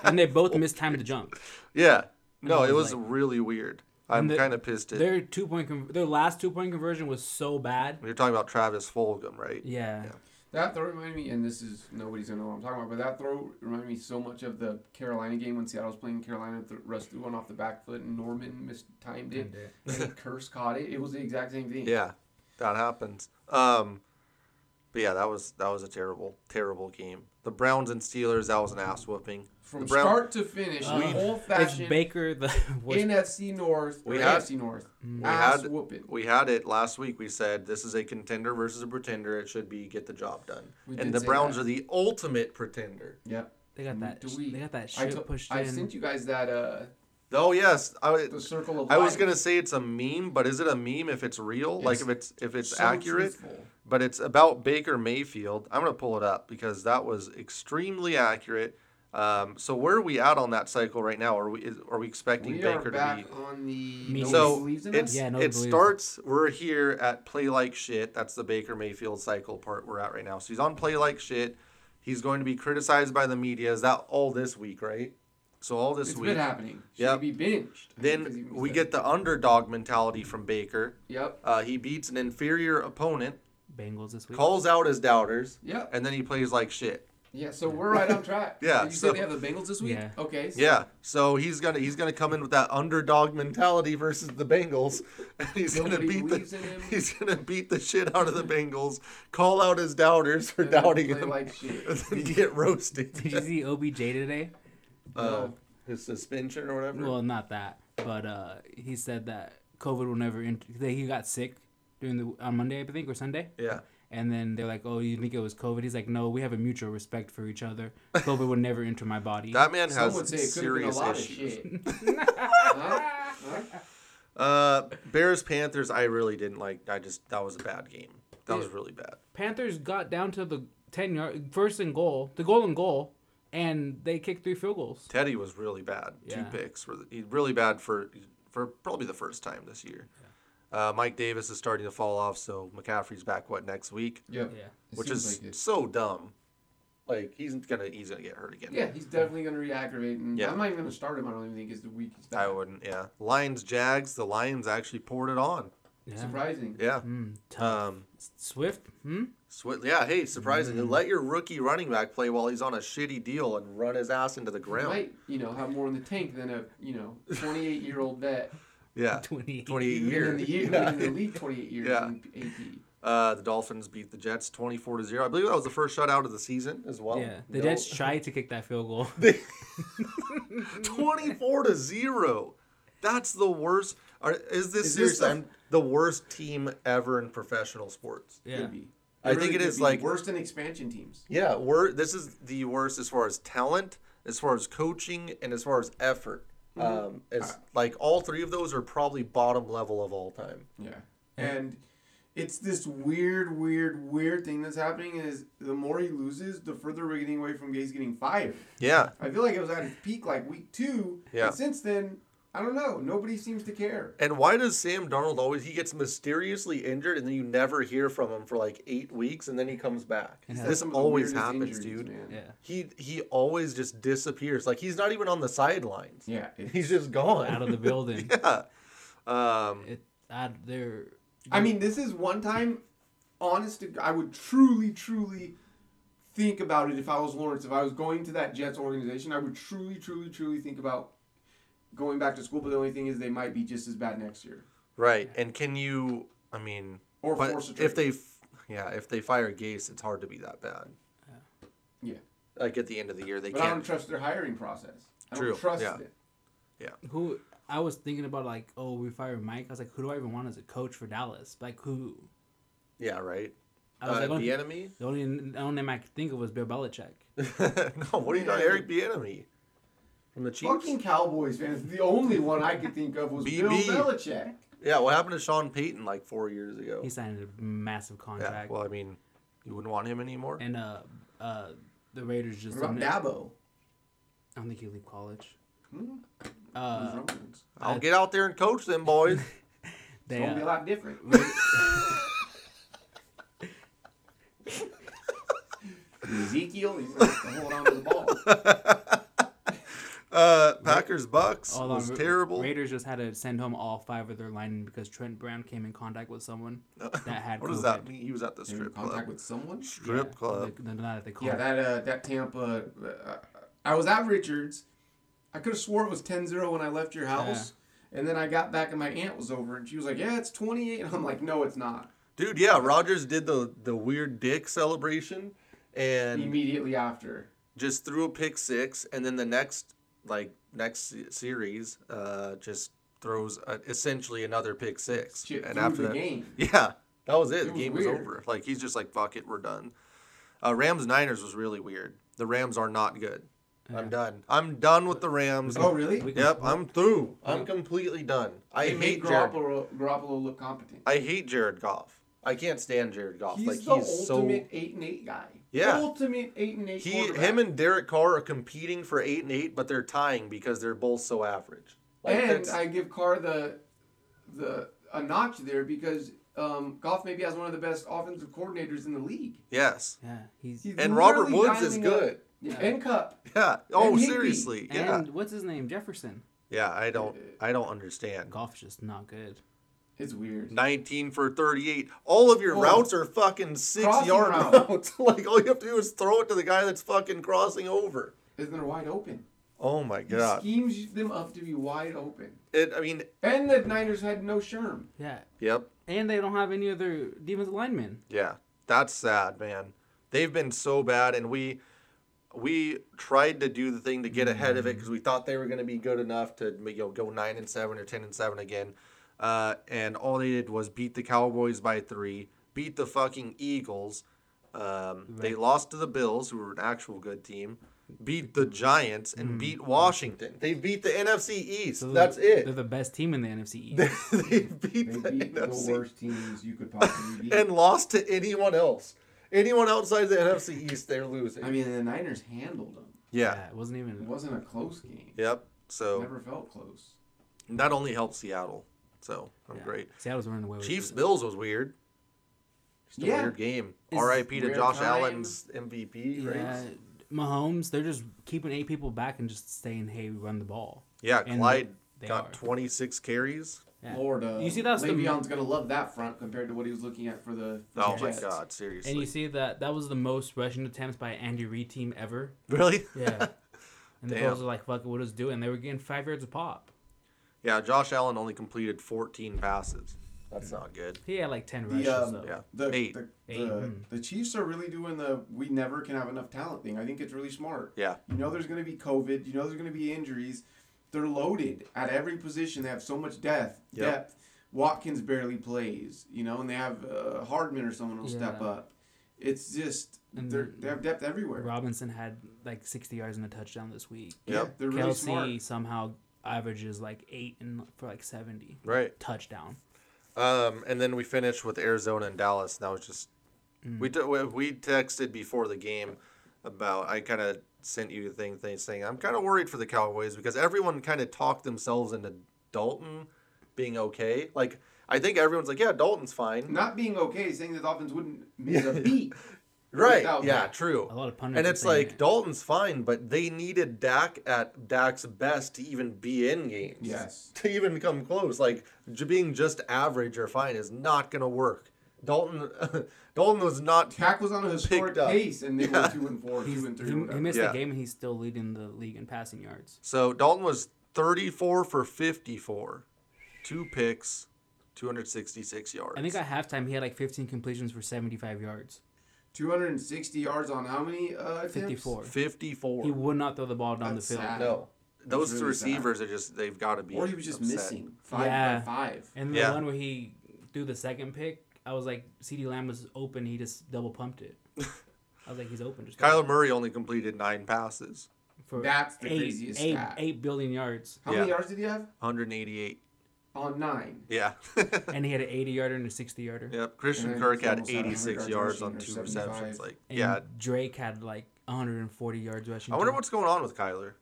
S3: and they both missed time to jump.
S2: Yeah, no,
S3: I
S2: it was
S3: was
S2: really weird. I'm
S3: the-
S2: kind of pissed at.
S3: Their two point, con- their last two point conversion was so bad.
S2: You're talking about Travis Fulgham, right?
S3: Yeah,
S4: that throw reminded me, and this is nobody's gonna know what I'm talking about, but that throw reminded me so much of the Carolina game when Seattle was playing Carolina. The Russ threw one off the back foot, and Norman mistimed it. and Curse caught it. It was the exact same thing.
S2: Yeah, that happens. Um, but yeah, that was that was a terrible, terrible game. The Browns and Steelers, that was an ass whooping.
S4: From
S2: The Brown-
S4: start to finish,
S3: Uh,
S4: old
S3: it's
S4: fashioned
S3: Baker the (laughs) worst.
S4: NFC North, or
S2: We had-
S4: AFC North,
S2: We
S4: ass
S2: had
S4: whooping.
S2: we had it last week. We said this is a contender versus a pretender. It should be get the job done.
S4: We
S2: and
S4: did
S2: the
S4: say
S2: Browns
S4: that.
S2: are the ultimate pretender.
S4: Yep.
S3: They got that.
S4: Do
S3: sh-
S4: we-
S3: They got that
S4: I,
S3: shit
S4: to-
S3: pushed
S4: I
S3: in.
S4: sent you guys that uh
S2: Oh yes, I,
S4: the circle of
S2: I was
S4: life.
S2: gonna say it's a meme, but is it a meme if it's real? like
S4: It's
S2: if it's if it's
S4: So
S2: accurate?
S4: truthful.
S2: But it's about Baker Mayfield. I'm gonna pull it up because that was extremely accurate. Um, so where are we at on that cycle right now? Are we is, are we expecting
S4: We
S2: Baker
S4: are
S2: to be
S4: back on the
S3: Me-
S4: nobody
S2: So
S4: believes in
S2: it's
S4: us.
S3: Yeah, no
S2: it
S3: believers.
S2: starts. We're here at play like shit. That's the Baker Mayfield cycle part we're at right now. So he's on play like shit. He's going to be criticized by the media. Is that all this week, right? So all this
S4: It's
S2: week.
S4: been happening. Should
S2: Yep.
S4: be binged. Because he
S2: Then
S4: was
S2: we
S4: like-
S2: get the underdog mentality from Baker.
S4: Yep.
S2: Uh, he beats an inferior opponent,
S3: Bengals this week.
S2: calls out his doubters,
S4: Yep.
S2: and then he plays like shit.
S4: Yeah, so we're
S2: (laughs)
S4: right on track.
S2: Yeah,
S4: You
S2: so-
S4: said they have the Bengals this week?
S3: Yeah.
S4: Okay. So
S2: Yeah. So he's gonna he's gonna come in with that underdog mentality versus the Bengals, (laughs) and he's gonna
S4: Nobody
S2: beat
S4: believes
S2: the
S4: in him.
S2: (laughs) he's gonna beat the shit out of the Bengals, call out his doubters for
S4: and then
S2: doubting
S4: play
S2: him,
S4: like
S2: (laughs)
S4: shit.
S2: and then get
S4: (laughs)
S3: Did you
S2: roasted.
S3: see OBJ today?
S2: (laughs) Uh, his suspension or whatever.
S3: Well, not that, but uh, he said that COVID will never. Int- that he got sick during the on Monday, I think, or Sunday.
S2: yeah.
S3: And then they're like, "Oh, you think it was COVID?" He's like, "No, we have a mutual respect for each other. COVID would never enter my
S2: (laughs)
S3: body."
S2: That man
S4: Some
S2: has
S4: would say it could have been a
S2: serious
S4: lot
S2: issues.
S4: of shit. Huh? Huh?
S2: Uh, Bears Panthers. I really didn't like. I just that was a bad game. That was
S3: Yeah.
S2: really bad.
S3: Panthers got down to the ten yard first and goal, the golden goal, and they kicked three field goals.
S2: Teddy was really bad.
S3: Yeah.
S2: Two picks were he's really bad for for probably the first time this year. Uh, Mike Davis is starting to fall off, so McCaffrey's back what next week,
S4: Yep.
S3: Yeah.
S4: It
S2: which
S4: seems
S2: is
S4: like it.
S2: so dumb. Like he's gonna he's gonna get hurt again.
S4: Yeah, he's definitely going to re-aggravate, and
S2: Yeah.
S4: I'm not even going to start him. I don't even think it's the week. he's
S2: I
S4: back.
S2: wouldn't. Yeah. Lions Jags. The Lions actually poured it on.
S3: Yeah.
S4: Surprising.
S2: Yeah.
S3: Mm, tough.
S2: Um.
S3: Swift. Hmm.
S2: Swi yeah. Hey, surprisingly,
S4: Mm-hmm.
S2: let your rookie running back play while he's on a shitty deal and run his ass into the
S4: He
S2: ground.
S4: might, you know, have more in the tank than a, you know, 28 year old vet.
S2: Yeah.
S3: (laughs) Twenty.
S2: 28
S4: Been
S2: years.
S4: in the year,
S2: (laughs) Yeah.
S4: been in the league 28 years
S2: Yeah.
S4: in AP.
S2: Uh, the Dolphins beat the Jets 24 to 0. I believe that was the first shutout of the season as well.
S3: Yeah. The
S2: No.
S3: Jets tried to kick that
S2: (laughs)
S3: field goal.
S2: 24 to 0. That's the worst. Are, is this
S4: Is this
S2: seriously
S4: the-
S2: I'm- the worst team ever in professional sports?
S3: yeah.
S4: Could be.
S2: I think it
S4: could
S2: is
S4: be
S2: like
S4: worse than expansion teams.
S2: yeah, we're this is the worst as far as talent, as far as coaching, and as far as effort.
S4: Mm-hmm.
S2: Um, it's like all three of those are probably bottom level of all time.
S4: Yeah. And it's this weird, weird, weird thing that's happening is the more he loses, the further we're getting away from Gaze getting fired.
S2: Yeah,
S4: I feel like it was at its peak like week two.
S2: Yeah.
S4: And since then, I don't know. Nobody seems to care.
S2: and why does Sam Darnold always he gets mysteriously injured and then you never hear from him for like eight weeks and then he comes back?
S3: He's had
S2: This
S4: Some of the
S2: always
S4: weirdest
S2: happens,
S4: injuries,
S2: dude.
S4: man.
S3: Yeah.
S2: He he always just disappears. Like he's not even on the sidelines.
S4: Yeah. it-
S2: (laughs) He's just gone
S3: Out of the building.
S2: (laughs) yeah. Um,
S3: It, I, they're,
S4: I mean, this is one time, honest, to- I would truly, truly think about it if I was Lawrence. If I was going to that Jets organization, I would truly, truly, truly think about going back to school. But the only thing is, they might be just as bad next year.
S2: right. And can you? I mean,
S4: Or
S2: but
S4: force a trade.
S2: if they, f- yeah, if they fire Gase, it's hard to be that bad.
S4: Yeah.
S2: Like at the end of the year, they
S4: But I don't
S2: can't.
S4: trust their hiring process. I don't
S2: True,
S4: trust
S2: yeah.
S4: it.
S3: who, I was thinking about like, oh, we fire Mike. I was like, who do I even want as a coach for Dallas? Like, who?
S2: Yeah, right.
S3: I was
S2: Uh,
S3: like,
S2: the enemy?
S3: the only, the only name I could think of was Bill Belichick.
S2: (laughs) no, what do you know,
S4: Yeah.
S2: Eric the enemy from the Chiefs?
S4: Fucking Cowboys fans. The only one I could
S2: (laughs)
S4: think of was
S2: BB.
S4: Bill Belichick.
S2: Yeah, what happened to Sean Payton like four years ago?
S3: He signed a massive
S2: yeah.
S3: contract,
S2: Well, I mean, you wouldn't want him anymore.
S3: and uh, uh, the Raiders just.
S4: What about
S3: don't- I
S4: Dabo?
S3: don't think he'll leave college.
S4: Hmm?
S3: Uh,
S4: These Romans.
S2: I'll get out there and coach them boys.
S4: It's
S3: they,
S4: gonna be a
S3: uh,
S4: lot different. (laughs) Ezekiel, he's gonna have to hold on to the ball.
S2: uh, Packers Bucks
S3: Hold
S2: was
S3: on, Ra-
S2: terrible.
S3: Raiders just had to send home all five of their linemen because Trent Brown came in contact
S2: (laughs)
S3: with someone that had.
S2: What does
S3: COVID.
S2: that mean? He was at the
S4: They're
S2: (laughs)
S4: in
S2: strip
S4: contact
S2: club.
S4: with someone.
S2: Strip
S3: Yeah,
S2: club.
S3: the- the- not at the
S4: Yeah,
S3: contact.
S4: that uh, that Tampa. Uh, I was at Richards. I could have swore it was 10-0 when I left your house, and then I got back and my aunt was over and she was like, "Yeah, it's 28," and I'm like, "No, it's not."
S2: Dude, yeah, Rogers did the the weird dick celebration and
S4: Immediately after,
S2: just threw a pick six, and then the next like next se- series uh, just throws uh essentially another pick six,
S4: Shit,
S2: and
S4: threw
S2: after
S4: the
S2: that,
S4: game.
S2: yeah, that was it.
S4: It
S2: the
S4: was
S2: game was
S4: weird.
S2: over. Like he's just like fuck it, we're done. Uh, Rams Niners was really weird. The Rams are not good. I'm done. I'm done with the Rams.
S4: Oh, really?
S3: We can-
S2: Yep, I'm through. Mm. I'm completely done. I
S4: it made
S2: hate Jared.
S4: Garoppolo, Garoppolo look competent.
S2: I hate Jared Goff. I can't stand Jared Goff.
S4: He's
S2: like
S4: the
S2: he's so
S4: ultimate eight and eight guy.
S2: Yeah.
S4: ultimate eight and eight.
S2: He,
S4: quarterback.
S2: him, and Derek Carr are competing for eight and eight, but they're tying because they're both so average. Like,
S4: and
S2: that's-
S4: I give Carr the the a notch there because um, Goff maybe has one of the best offensive coordinators in the league.
S2: yes, (laughs)
S3: Yeah, he's
S4: He's
S2: and Robert
S4: literally
S2: Woods is
S4: dialing up-
S2: good.
S4: Yeah. And Cup.
S2: Yeah. Oh,
S4: Higby.
S2: seriously. Yeah.
S3: and what's his name? Jefferson.
S2: yeah. I don't. I don't understand.
S3: Golf's just not good.
S4: It's weird.
S2: Nineteen for thirty-eight. All of your
S4: Oh.
S2: routes are fucking
S4: Crossing
S2: six-yard
S4: route.
S2: routes. (laughs) like all you have to do is throw it to the guy that's fucking crossing over.
S4: Isn't they're wide open.
S2: Oh my
S4: He
S2: god.
S4: schemes them up to be wide open.
S2: It. I mean.
S4: And the Niners had no Sherm.
S3: Yeah,
S2: Yep.
S3: and they don't have any other defensive linemen.
S2: Yeah, that's sad, man. They've been so bad, and we we tried to do the thing to get ahead of it
S4: Mm.
S2: because we thought they were going to be good enough to you know, go nine and seven or ten and seven again. Uh, and all they did was beat the Cowboys by three, beat the fucking Eagles. Um, They lost to the Bills, who were an actual good team. Beat the Giants and
S4: Mm.
S2: beat Washington. They beat the NFC East.
S3: So
S2: That's
S3: they're-
S2: it.
S3: They're the best team in the NFC East.
S2: (laughs) they beat
S4: They
S2: the (laughs)
S4: beat the
S2: NFC
S4: worst teams you could
S2: (laughs)
S4: possibly beat.
S2: and lost to anyone else. Anyone outside the NFC East, they're losing.
S4: I mean, the Niners handled them.
S2: yeah.
S3: yeah, it wasn't
S4: It
S3: even.
S4: wasn't a close game.
S2: Yep. So
S4: Never felt close.
S2: that only helped Seattle. So I'm
S3: yeah.
S2: great.
S3: Seattle's running away. with
S2: Chiefs
S3: it.
S2: Bills was weird. Just a
S4: Yeah.
S2: weird game.
S3: Is-
S2: R.I.P. to
S4: Weird
S2: Josh
S4: time.
S2: Allen's MVP
S3: Yeah,
S2: race.
S3: Mahomes, they're just keeping eight people back and just saying, "Hey, run the ball."
S2: Yeah,
S3: And
S2: Clyde
S3: they
S2: got
S3: are.
S2: 26 carries.
S3: Yeah.
S4: Lord, uh,
S3: You see, that's the-
S4: Le'Veon's gonna love that front compared to what he was looking at for the. for
S2: Oh
S4: the
S2: my
S4: Jets.
S2: God, seriously.
S3: And you see that that was the most rushing attempts by an Andy Reid team
S2: (laughs)
S3: ever.
S2: (laughs) really?
S3: Yeah. And the
S2: Damn.
S3: Bills were like, "Fuck, it, we'll just do it." And they were getting five yards a pop.
S2: yeah, Josh Allen only completed 14 passes. That's not good.
S3: He had like ten rushes
S4: The, um,
S3: though.
S2: Yeah.
S4: The,
S2: Eight.
S4: The,
S3: Eight,
S4: The,
S3: hmm.
S4: the Chiefs are really doing the we never can have enough talent thing. I think it's really smart.
S2: Yeah.
S4: You know there's going to be COVID. You know there's going to be injuries. They're loaded at every position. They have so much depth.
S2: Yep.
S4: Depth. Watkins barely plays, you know, and they have uh, Hardman or someone will step
S3: Yeah.
S4: up. It's just
S3: And
S4: they're, they have depth everywhere.
S3: Robinson had like 60 yards and a touchdown this week.
S4: Yeah,
S2: Yep.
S4: they're really
S3: Kelsey
S4: smart.
S3: somehow averages like eight and for like 70
S2: Right.
S3: touchdown.
S2: Um, and then we finished with Arizona and Dallas. And that was just
S3: Mm.
S2: we t- we we texted before the game about I kind of sent you a thing thing saying I'm kind of worried for the Cowboys because everyone kind of talked themselves into Dalton being okay. Like I think everyone's like, yeah, Dalton's fine.
S4: Not being okay, saying the Dolphins wouldn't
S2: (laughs)
S4: miss a beat.
S2: Right.
S4: without
S2: Yeah.
S4: Dak.
S2: True.
S3: A lot of pundits
S2: And
S3: are
S2: it's
S3: saying
S2: like
S3: it.
S2: Dalton's fine, but they needed Dak at Dak's best to even be in games.
S4: Yes.
S2: To even come close, like j- being just average or fine is not gonna work. Dalton, (laughs) Dalton was not.
S4: Dak was on a historic
S2: Picked up.
S4: pace, and they
S2: Yeah.
S4: were two and four, two and
S3: He,
S4: three.
S3: he
S4: or whatever.
S3: missed
S2: Yeah.
S3: the game and he's still leading the league in passing yards.
S2: So Dalton was 34 for 54, two picks, 266 yards.
S3: I think at halftime he had like 15 completions for 75 yards.
S4: 260 yards on how many uh, attempts?
S3: 54.
S2: 54.
S3: He would not throw the ball down
S4: That's
S3: the field.
S4: sad.
S2: no, those
S4: really
S2: receivers are just they've got to be.
S4: Or he was just
S2: upset.
S4: missing five
S3: Yeah.
S4: by five.
S3: And the
S2: Yeah.
S3: one where he threw the second pick, I was like, CD Lamb was open. He just double pumped
S4: (laughs)
S3: it. I was like, he's open. Just
S2: Kyler Murray only completed nine passes,
S3: for
S4: That's the
S3: eight,
S4: craziest
S3: eight,
S4: stat.
S3: eight billion yards,
S4: How
S2: Yeah.
S4: many yards did he have?
S2: 188.
S4: On nine.
S2: Yeah. (laughs)
S3: and he had an 80 yarder and a 60 yarder.
S2: Yep, Christian
S4: And it's
S2: Kirk had
S4: almost
S2: 86
S4: 100
S2: yards
S4: yards
S2: on two
S4: rushing or 75.
S2: receptions. Like,
S3: And
S2: yeah.
S3: Drake had like 140 yards rushing.
S2: I wonder
S3: too.
S2: what's going on with Kyler.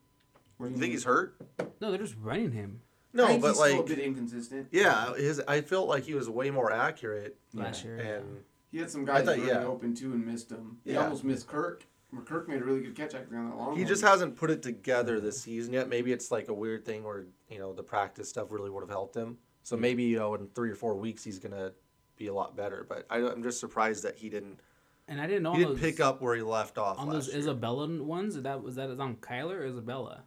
S4: What do
S2: You think he's hurt?
S3: No, they're just running him
S4: I
S2: No,
S4: think
S2: but
S4: he's still a
S2: like,
S4: bit inconsistent.
S2: yeah, his. I felt like he was way more accurate,
S3: last year.
S2: and
S4: He had some guys
S2: thought-
S4: running
S2: yeah.
S4: open too and missed him. He
S2: Yeah.
S4: almost missed Kirk. Kirk made a really good catch actually on that long
S2: he
S4: one.
S2: just hasn't put it together this season yet. Maybe it's like a weird thing where you know the practice stuff really would have helped him. So
S4: Mm-hmm.
S2: maybe you know in three or four weeks he's gonna be a lot better. But I, am just surprised that he didn't.
S3: and I didn't know
S2: He
S3: on
S2: didn't
S3: those,
S2: pick up where he left off
S3: on
S2: last
S3: those
S2: year.
S3: Isabella ones. That was that is on Kyler or Isabella?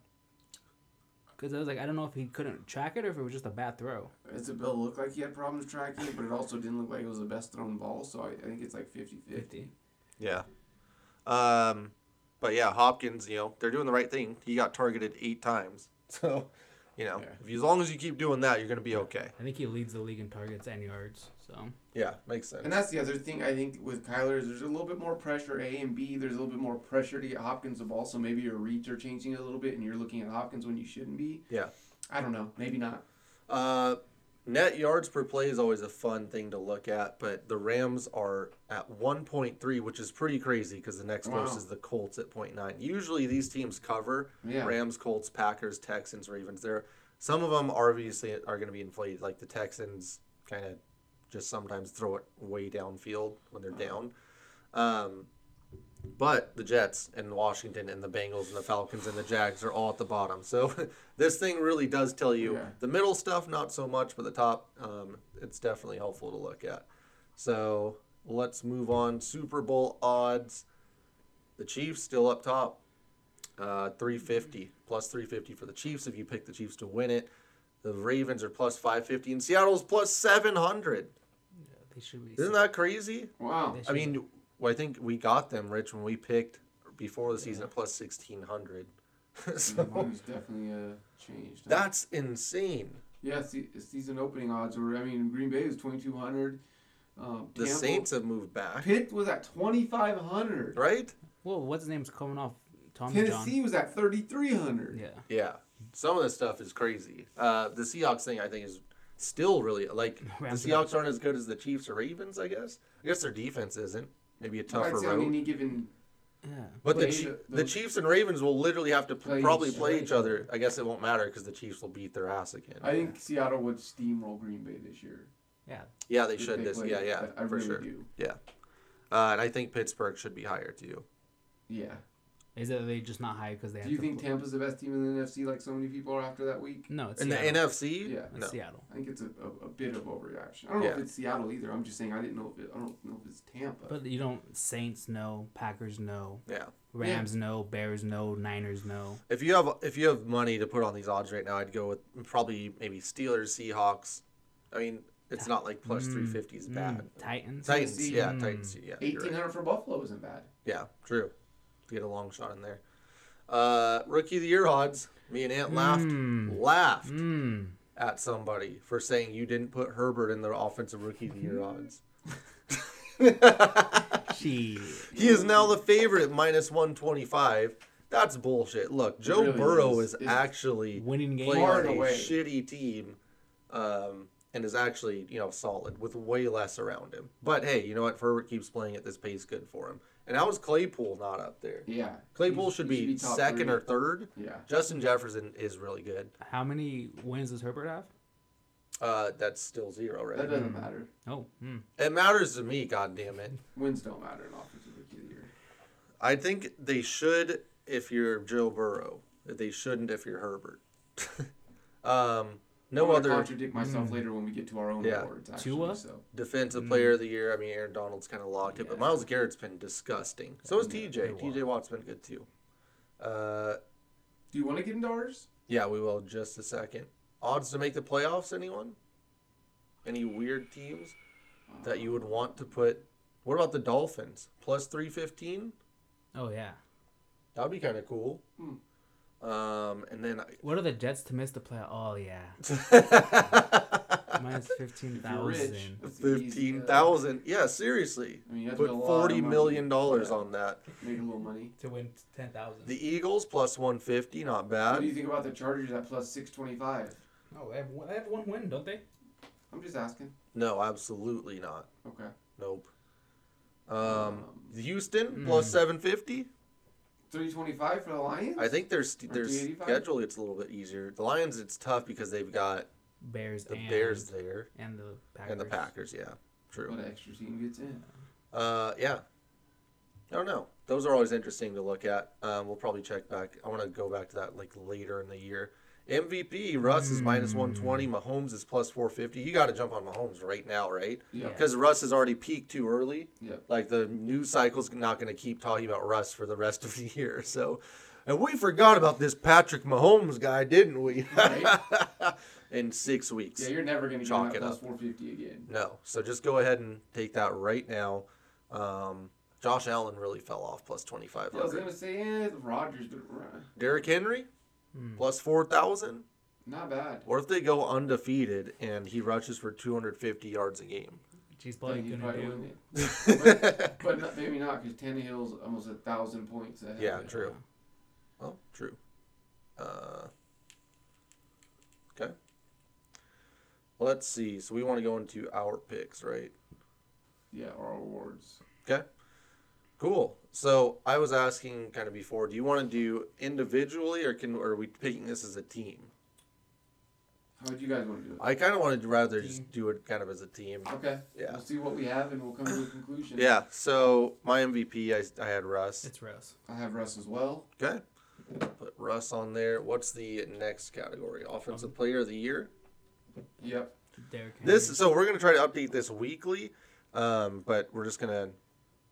S3: Because I was like, I don't know if he couldn't track it or if it was just a bad throw.
S4: Isabel looked like he had problems tracking it, but it also didn't look like it was the best thrown ball, so I, I think it's like 50 50.
S2: Yeah. Um, but yeah, Hopkins, you know, they're doing the right thing. He got targeted eight times. (laughs) So, you know,
S4: Yeah.
S2: if you, as long as you keep doing that, you're going to be okay.
S3: I think he leads the league in targets and yards. So
S2: Yeah, makes sense.
S4: And that's the other thing I think with Kyler is there's a little bit more pressure A and B. There's a little bit more pressure to get Hopkins the ball, so maybe your reads are changing a little bit, and you're looking at Hopkins when you shouldn't be.
S2: Yeah.
S4: I don't know, maybe not.
S2: Uh, net yards per play is always a fun thing to look at, but the Rams are at 1.3, which is pretty crazy because the next most
S4: Wow.
S2: is the Colts at 0.9. Usually these teams cover
S4: Yeah.
S2: Rams, Colts, Packers, Texans, Ravens. There, some of them are obviously are going to be inflated. Like the Texans, kind of just sometimes throw it way downfield when they're
S4: Uh-huh.
S2: down. Um, but the Jets and Washington and the Bengals and the Falcons and the Jags are all at the bottom. So (laughs) this thing really does tell you
S4: Yeah.
S2: the middle stuff, not so much, but the top, um, it's definitely helpful to look at. So let's move on. Super Bowl odds. The Chiefs still up top. Uh, 350 plus 350 for the Chiefs if you pick the Chiefs to win it. The Ravens are plus 550 and Seattle's plus 700.
S3: they should be.
S2: Isn't that crazy?
S4: Wow. (laughs)
S3: They should
S2: I mean, well, I think we got them, Rich, when we picked before the season at plus 1600. (laughs) so
S4: He's definitely uh, changed. huh?
S2: that's insane.
S4: Yeah, see, season opening odds were. I mean, Green Bay was twenty two hundred. Um,
S2: The
S4: Tampa-
S2: Saints have moved back,
S4: Pitt was at twenty five hundred.
S2: right?
S3: well, what's his name's coming off Tommy
S4: Tennessee was at thirty three
S3: John.
S4: hundred.
S3: Yeah.
S2: Yeah. Some of this stuff is crazy. Uh, the Seahawks thing, I think, is still really
S4: (laughs)
S2: like the
S3: Rams
S2: Seahawks aren't as good as the Chiefs or Ravens, I guess. I guess their defense isn't. Maybe a tougher
S4: I'd say on
S2: road.
S4: any given
S3: Yeah.
S2: But the,
S4: Play
S2: Chi-
S4: the-
S2: the Chiefs and Ravens will literally have to p-
S4: Play
S2: probably
S4: each
S2: play
S4: other.
S2: each other. I guess it won't matter because the Chiefs will beat their ass again.
S4: I think Seattle would steamroll Green Bay this year.
S3: Yeah.
S2: yeah, they
S4: if
S2: should. this,
S4: play.
S2: yeah, yeah,
S4: I, I
S2: for
S4: really
S2: sure.
S4: do.
S2: Uh, and I think Pittsburgh should be higher too.
S4: Yeah.
S3: Is that they just not high because they?
S4: Do
S3: have
S4: you
S3: to
S4: think
S3: play-
S4: Tampa's the best team in the NFC, like so many people are after that week?
S3: No, it's
S2: In the
S3: Seattle.
S2: NFC,
S4: Yeah.
S3: It's
S2: no.
S3: Seattle.
S4: I think it's a, a, a bit of overreaction. I don't know
S2: Yeah.
S4: if it's Seattle either. I'm just saying I didn't know if it, I don't know if it's Tampa.
S3: But you don't Saints no, Packers no,
S2: yeah.
S3: Rams no, Bears no, Niners no.
S2: If you have if you have money to put on these odds right now, I'd go with probably maybe Steelers, Seahawks. I mean, it's not like plus three fifty is
S3: Mm,
S2: bad.
S3: Titans.
S2: Titans,
S4: Tennessee,
S2: yeah,
S3: mm.
S2: Titans, yeah, you're right.
S4: eighteen hundred for Buffalo isn't bad.
S2: yeah, true. To get a long shot in there. Uh, rookie of the year odds. Me and Ant laughed
S3: Mm.
S2: laughed
S3: Mm.
S2: at somebody for
S4: Mm-hmm.
S2: saying you didn't put Herbert in the offensive rookie of the year odds. (laughs)
S3: She.
S2: He is now the favorite minus 125. That's bullshit. Look, Joe
S4: really
S2: Burrow
S4: is.
S2: is,
S4: It's
S2: actually
S3: winning games.
S2: playing
S4: Far
S2: on
S4: and
S2: a
S4: away.
S2: shitty team, um, and is actually you know solid with way less around him. But hey, you know what? Herbert keeps playing at this pace, good for him. And how is Claypool not up there?
S4: Yeah.
S2: Claypool
S4: He-
S2: should,
S4: he
S2: be
S4: top
S2: second
S4: three.
S2: or third.
S4: Yeah.
S2: Justin Jefferson is really good.
S3: How many wins does Herbert have?
S2: Uh, that's still zero,
S4: That
S2: right?
S4: doesn't matter.
S3: Oh, hmm.
S2: It matters to me, god damn it.
S4: Wins don't matter in offensive rookie of the year.
S2: I think they should if you're Joe Burrow. They shouldn't if you're Herbert. (laughs) um,
S4: I'm
S2: no
S4: gonna
S2: other Hmm.
S4: contradict myself later when we get to our own
S2: Yeah.
S4: awards. Actually,
S3: Tua?
S4: So
S2: defensive player of the year. I mean, Aaron Donald's kind of locked it, but Miles Garrett's been disgusting. So is TJ. TJ Watt's been good too. Uh,
S4: do you want to get into ours?
S2: yeah, we will in just a second. Odds to make the playoffs? Anyone? Any weird teams that you would want to put? What about the Dolphins? Plus three fifteen.
S3: Oh yeah.
S2: That'd be kind of cool.
S4: Hmm.
S2: Um, and then (laughs)
S3: What are the Jets to miss the playoff? Oh yeah. Minus fifteen
S4: If you're rich,
S3: thousand.
S4: it's an easy, uh,
S2: fifteen thousand. Yeah, seriously.
S4: I mean, you have to
S2: Put
S4: put a lot of
S2: forty
S4: money.
S2: million dollars
S4: Yeah.
S2: on that.
S4: Make a little money.
S3: To win ten thousand.
S2: The Eagles plus one fifty, not bad.
S4: What do you think about the Chargers at plus six twenty five?
S3: Oh, they have, one, they have one win, don't they?
S4: I'm just asking.
S2: No, absolutely not.
S4: Okay.
S2: Nope. Um, Houston
S4: hmm.
S2: plus 750.
S4: Three twenty five for the Lions.
S2: I think their st-
S4: Or
S2: their
S4: 385?
S2: schedule gets a little bit easier. The Lions it's tough because they've got
S3: Bears.
S2: the
S3: and,
S2: Bears there
S3: and the Packers.
S2: and the Packers, yeah. True.
S4: What extra team gets in?
S2: Uh yeah. I don't know. Those are always interesting to look at. Um, we'll probably check back. I want to go back to that like later in the year. MVP Russ is minus 120.
S4: Hmm.
S2: Mahomes is plus 450. You got to jump on Mahomes right now, right?
S4: Yeah.
S2: Because Russ has already peaked too early.
S4: Yeah.
S2: Like the news cycle's not going to keep talking about Russ for the rest of the year. So, and we forgot about this Patrick Mahomes guy, didn't we?
S4: Right?
S2: (laughs) In six weeks.
S4: yeah, you're never gonna
S2: Chalk
S4: get
S2: it
S4: that plus
S2: up.
S4: four fifty again.
S2: no. So just go ahead and take that right now. Um, Josh Allen really fell off plus twenty five
S4: Yeah, I was
S2: hundred.
S4: gonna say, eh, the Rodgers, but, uh,
S2: Derrick Henry plus four thousand.
S4: not bad.
S2: Or if they go undefeated and he rushes for two hundred fifty yards a game. (laughs)
S3: She's
S4: Yeah,
S3: probably
S4: he'd
S3: gonna
S4: probably
S3: do.
S4: win it. but, but not, maybe not because Tannehill's almost a thousand points. Ahead.
S2: Yeah, true. Well, true. Uh, okay. Let's see. So we want to go into our picks, right?
S4: Yeah, our awards.
S2: Okay. Cool. So I was asking kind of before, do you want to do individually or can or are we picking this as a team?
S4: How would you guys want to do it?
S2: I kind of wanted to rather just do it kind of as a team.
S4: Okay.
S2: Yeah.
S4: We'll see what we have and we'll come to a conclusion.
S2: Yeah. So my MVP, I, I had Russ.
S3: It's Russ.
S4: I have Russ as well.
S2: Okay. Put Russ on there. What's the next category?
S4: Um,
S2: Offensive Player of the Year.
S4: Yep.
S3: Derrick
S4: hmm.
S3: Henry.
S2: This so we're gonna try to update this weekly, um, but we're just gonna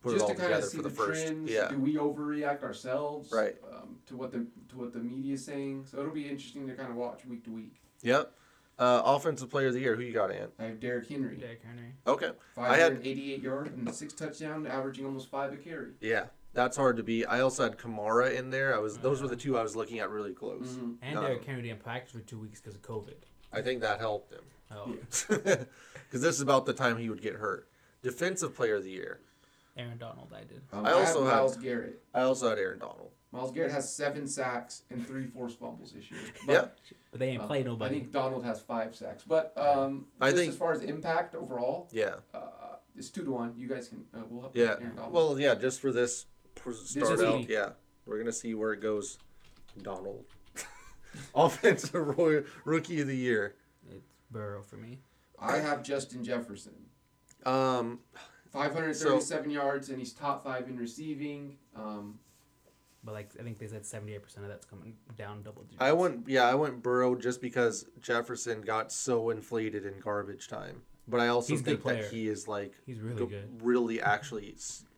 S2: put
S4: Just
S2: it all
S4: to kind
S2: together
S4: of see
S2: for the,
S4: the,
S2: first.
S4: trends.
S2: Yeah,
S4: Do we overreact ourselves?
S2: Right.
S4: Um, to what the to what the media is saying. So it'll be interesting to kind of watch week to week.
S2: yep. Uh, offensive player of the year. Who you got, Ant?
S4: I have Derrick Henry,
S3: Derrick Henry.
S2: Okay, I had
S4: 588 yards and six touchdowns, averaging almost five a carry.
S2: yeah. That's hard to beat. I also had Kamara in there. I was those were the two I was looking at really close.
S4: Mhm.
S3: And
S2: Um,
S3: Derrick Henry didn't practice for two weeks because of COVID.
S2: I think that helped him
S3: Oh,
S2: (laughs) because this is about the time he would get hurt. Defensive player of the year.
S3: Aaron Donald, I did.
S4: Um,
S2: I also
S4: have
S2: have-
S4: Miles Garrett.
S2: I also had Aaron Donald.
S4: Miles Garrett has seven sacks and three forced fumbles this
S2: (laughs)
S4: year. But,
S2: Yeah.
S3: But they ain't
S4: um,
S3: played
S4: I
S3: nobody.
S4: think Donald has five sacks, but um,
S2: I
S4: just
S2: think-
S4: as far as impact overall,
S2: Yeah,
S4: uh, it's two to one. You guys can uh, we'll help
S2: yeah.
S4: Aaron Donald.
S2: Well, yeah. Just for this pr- start
S4: is
S2: out,
S3: me.
S2: yeah, we're gonna see where it goes. Donald, (laughs) offensive Roy, rookie of the year.
S3: It's Burrow for me.
S4: I have Justin Jefferson.
S2: Um,
S4: 537 yards, and he's top five in receiving. Um,
S3: But like I think they said seventy eight percent of that's coming down double digits.
S2: I went, yeah, I went Burrow just because Jefferson got so inflated in garbage time. But I also
S3: He's a good
S2: think that
S3: player.
S2: he is like
S3: He's really
S2: go-
S3: good. Uh,
S2: really actually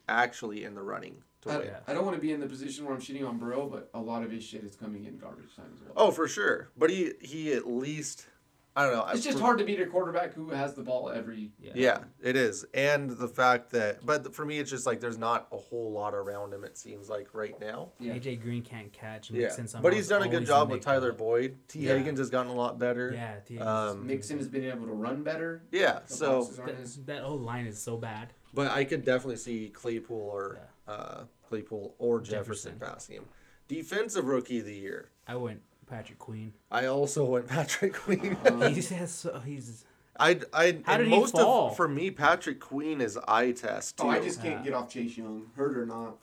S2: actually in the running to
S4: I,
S2: win.
S3: Yeah.
S4: I don't want to be in the position where I'm shitting on Burrow, but a lot of his shit is coming in garbage time as well.
S2: Oh, for sure. But he he at least I don't know.
S4: it's
S2: I-
S4: just
S2: for-
S4: hard to beat a quarterback who has the ball every.
S3: Yeah.
S2: Yeah, it is. And the fact that, but for me, it's just like there's not a whole lot around him. It seems like right now.
S4: Yeah.
S3: AJ Green can't catch. and
S2: Yeah,
S3: Mixon's
S2: but he's
S3: almost
S2: done a good
S3: always
S2: job
S3: in
S2: with
S3: the-
S2: Tyler Boyd. T.
S3: Yeah.
S2: Higgins has gotten a lot better.
S3: Yeah, T. Higgins.
S2: Um,
S4: Mixon has been able to run better.
S2: Yeah,
S4: The
S2: so
S4: boxes aren't
S3: That,
S4: as-
S3: that whole line is so bad.
S2: But I could definitely see Claypool or uh, Claypool or Jefferson,
S3: Jefferson.
S2: passing him. Defensive rookie of the year.
S3: I went Patrick Queen.
S2: I also went (laughs) Patrick Queen.
S4: Uh-huh.
S3: he just has so, he's
S2: I I
S3: Uh-huh. How
S2: and
S3: did he
S2: most
S3: fall?
S2: of for me Patrick Queen is eye test too.
S4: Oh, I just can't get off Chase Young, hurt or not.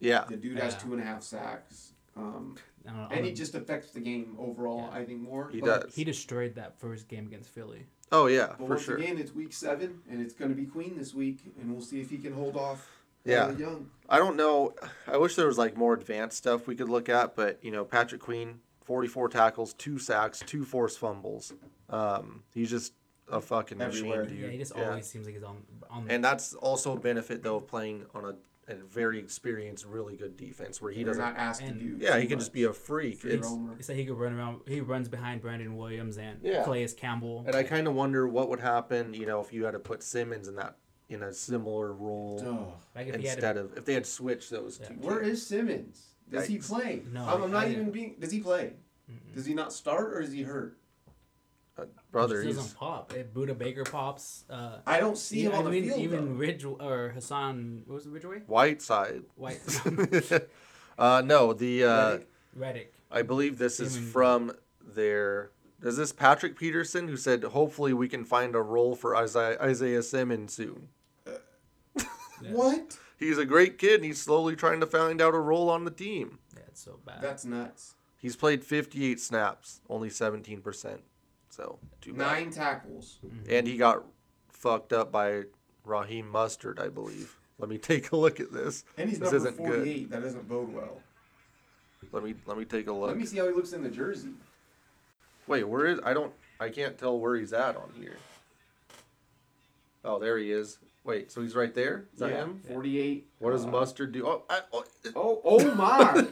S2: yeah.
S4: The dude has
S3: Yeah.
S4: two and a half sacks. Um,
S3: I don't know,
S4: and he just affects the game overall,
S3: Yeah.
S4: I think, more.
S2: He
S4: But-
S2: does.
S3: he destroyed that first game against Philly.
S2: Oh yeah,
S4: But
S2: for
S4: once
S2: sure.
S4: again, it's week seven, and it's going to be Queen this week, and we'll see if he can hold off.
S2: Yeah.
S4: Tyler Young.
S2: I don't know. I wish there was like more advanced stuff we could look at, but you know, Patrick Queen, 44 tackles, two sacks, two forced fumbles. Um, he's just a fucking
S4: Everywhere.
S2: machine, dude.
S3: Yeah, he just
S2: Yeah.
S3: always seems like he's on on the
S2: And that's also a benefit though of playing on a, a very experienced, really good defense where he
S4: They're
S2: doesn't.
S4: not asked
S3: and-
S4: to do.
S2: Yeah,
S4: too
S2: he can
S4: much.
S2: just be a freak.
S4: Free
S2: It's,
S4: roamer.
S3: He said he could run around. He runs behind Brandon Williams and
S2: Yeah.
S3: Clayus Campbell.
S2: and I kind of wonder what would happen, you know, if you had to put Simmons in that in a similar role
S4: Ugh.
S3: like if he had
S2: instead
S3: a,
S2: of if they had switched those
S3: Yeah.
S2: two.
S4: Where is Simmons? Does he
S2: Yikes.
S4: play?
S3: No,
S4: I'm, I'm not
S3: I-
S4: even being. Does he play? Does he not start or is he hurt?
S2: Uh, brother,
S3: he
S2: he's,
S3: doesn't pop. If Buda Baker pops. Uh,
S4: I don't see him
S3: yeah,
S4: on
S3: I mean,
S4: the field.
S3: even Ridge or Hassan. What was it, Ridgeway?
S2: Whiteside.
S3: White
S2: (laughs) uh, no, the uh,
S4: Reddick?
S3: Reddick.
S2: I believe this is
S3: Damon.
S2: from their. Is this Patrick Peterson who said, "Hopefully we can find a role for Isaiah, Isaiah Simmons soon."
S4: though.
S3: Yeah.
S4: What?
S2: He's a great kid, and he's slowly trying to find out a role on the team.
S3: Yeah, it's so bad.
S4: That's nuts.
S2: He's played 58 snaps, only 17 percent. So too bad.
S4: Nine tackles.
S2: And he got fucked up by Raheem Mustard, I believe. Let me (laughs) take a look at this.
S4: And he's
S2: this
S4: number
S2: isn't
S4: 48. That doesn't bode well.
S2: good. Let me let me take a look.
S4: Let me see how he looks in the jersey.
S2: Wait, where is I don't I can't tell where he's at on here. Oh, there he is. Wait, so he's right there? Is that him?
S4: 48.
S2: What does
S4: Uh,
S2: mustard do? Oh, I, oh
S4: Oh, oh my.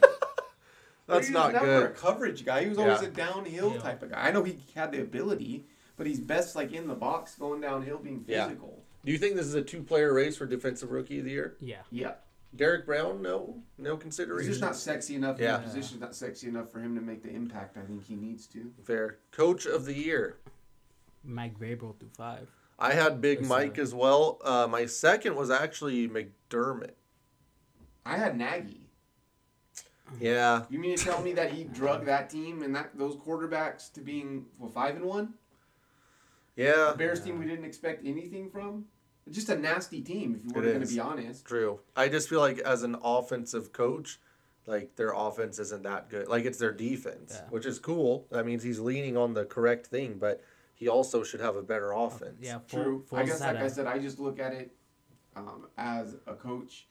S2: (laughs) that's
S4: He's
S2: not
S4: For a
S2: good.
S4: coverage guy. He was always
S2: Yeah.
S4: a downhill
S3: Yeah.
S4: type of guy. I know he had the ability, but he's best like in the box going downhill being
S2: Yeah.
S4: physical.
S2: Do you think this is a two-player race for defensive rookie of the year?
S3: yeah.
S4: Yeah.
S2: Derek Brown, no, no
S4: He's
S2: consideration.
S4: just not sexy enough.
S2: Yeah.
S4: Yeah. The position's not sexy enough for him to make the impact I think he needs to.
S2: fair. Coach of the year.
S3: Mike Vrabel through five.
S2: I had Big
S3: That's
S2: Mike
S3: a-
S2: as well. Uh, my second was actually McDermott.
S4: I had Nagy.
S2: Yeah,
S4: You mean to tell me that he drug that team and that those quarterbacks to being well, five and one?
S2: yeah,
S4: A Bears team we didn't expect anything from. Just a nasty team, if you were
S2: It
S4: going
S2: is.
S4: to be honest.
S2: true. I just feel like as an offensive coach, like their offense isn't that good. Like it's their defense,
S3: Yeah.
S2: which is cool. That means he's leaning on the correct thing, but he also should have a better offense.
S3: Oh, Yeah, Fol-
S4: True. I
S3: Foles
S4: guess,
S3: had
S4: like I
S3: a-
S4: said, I just look at it um, as a coach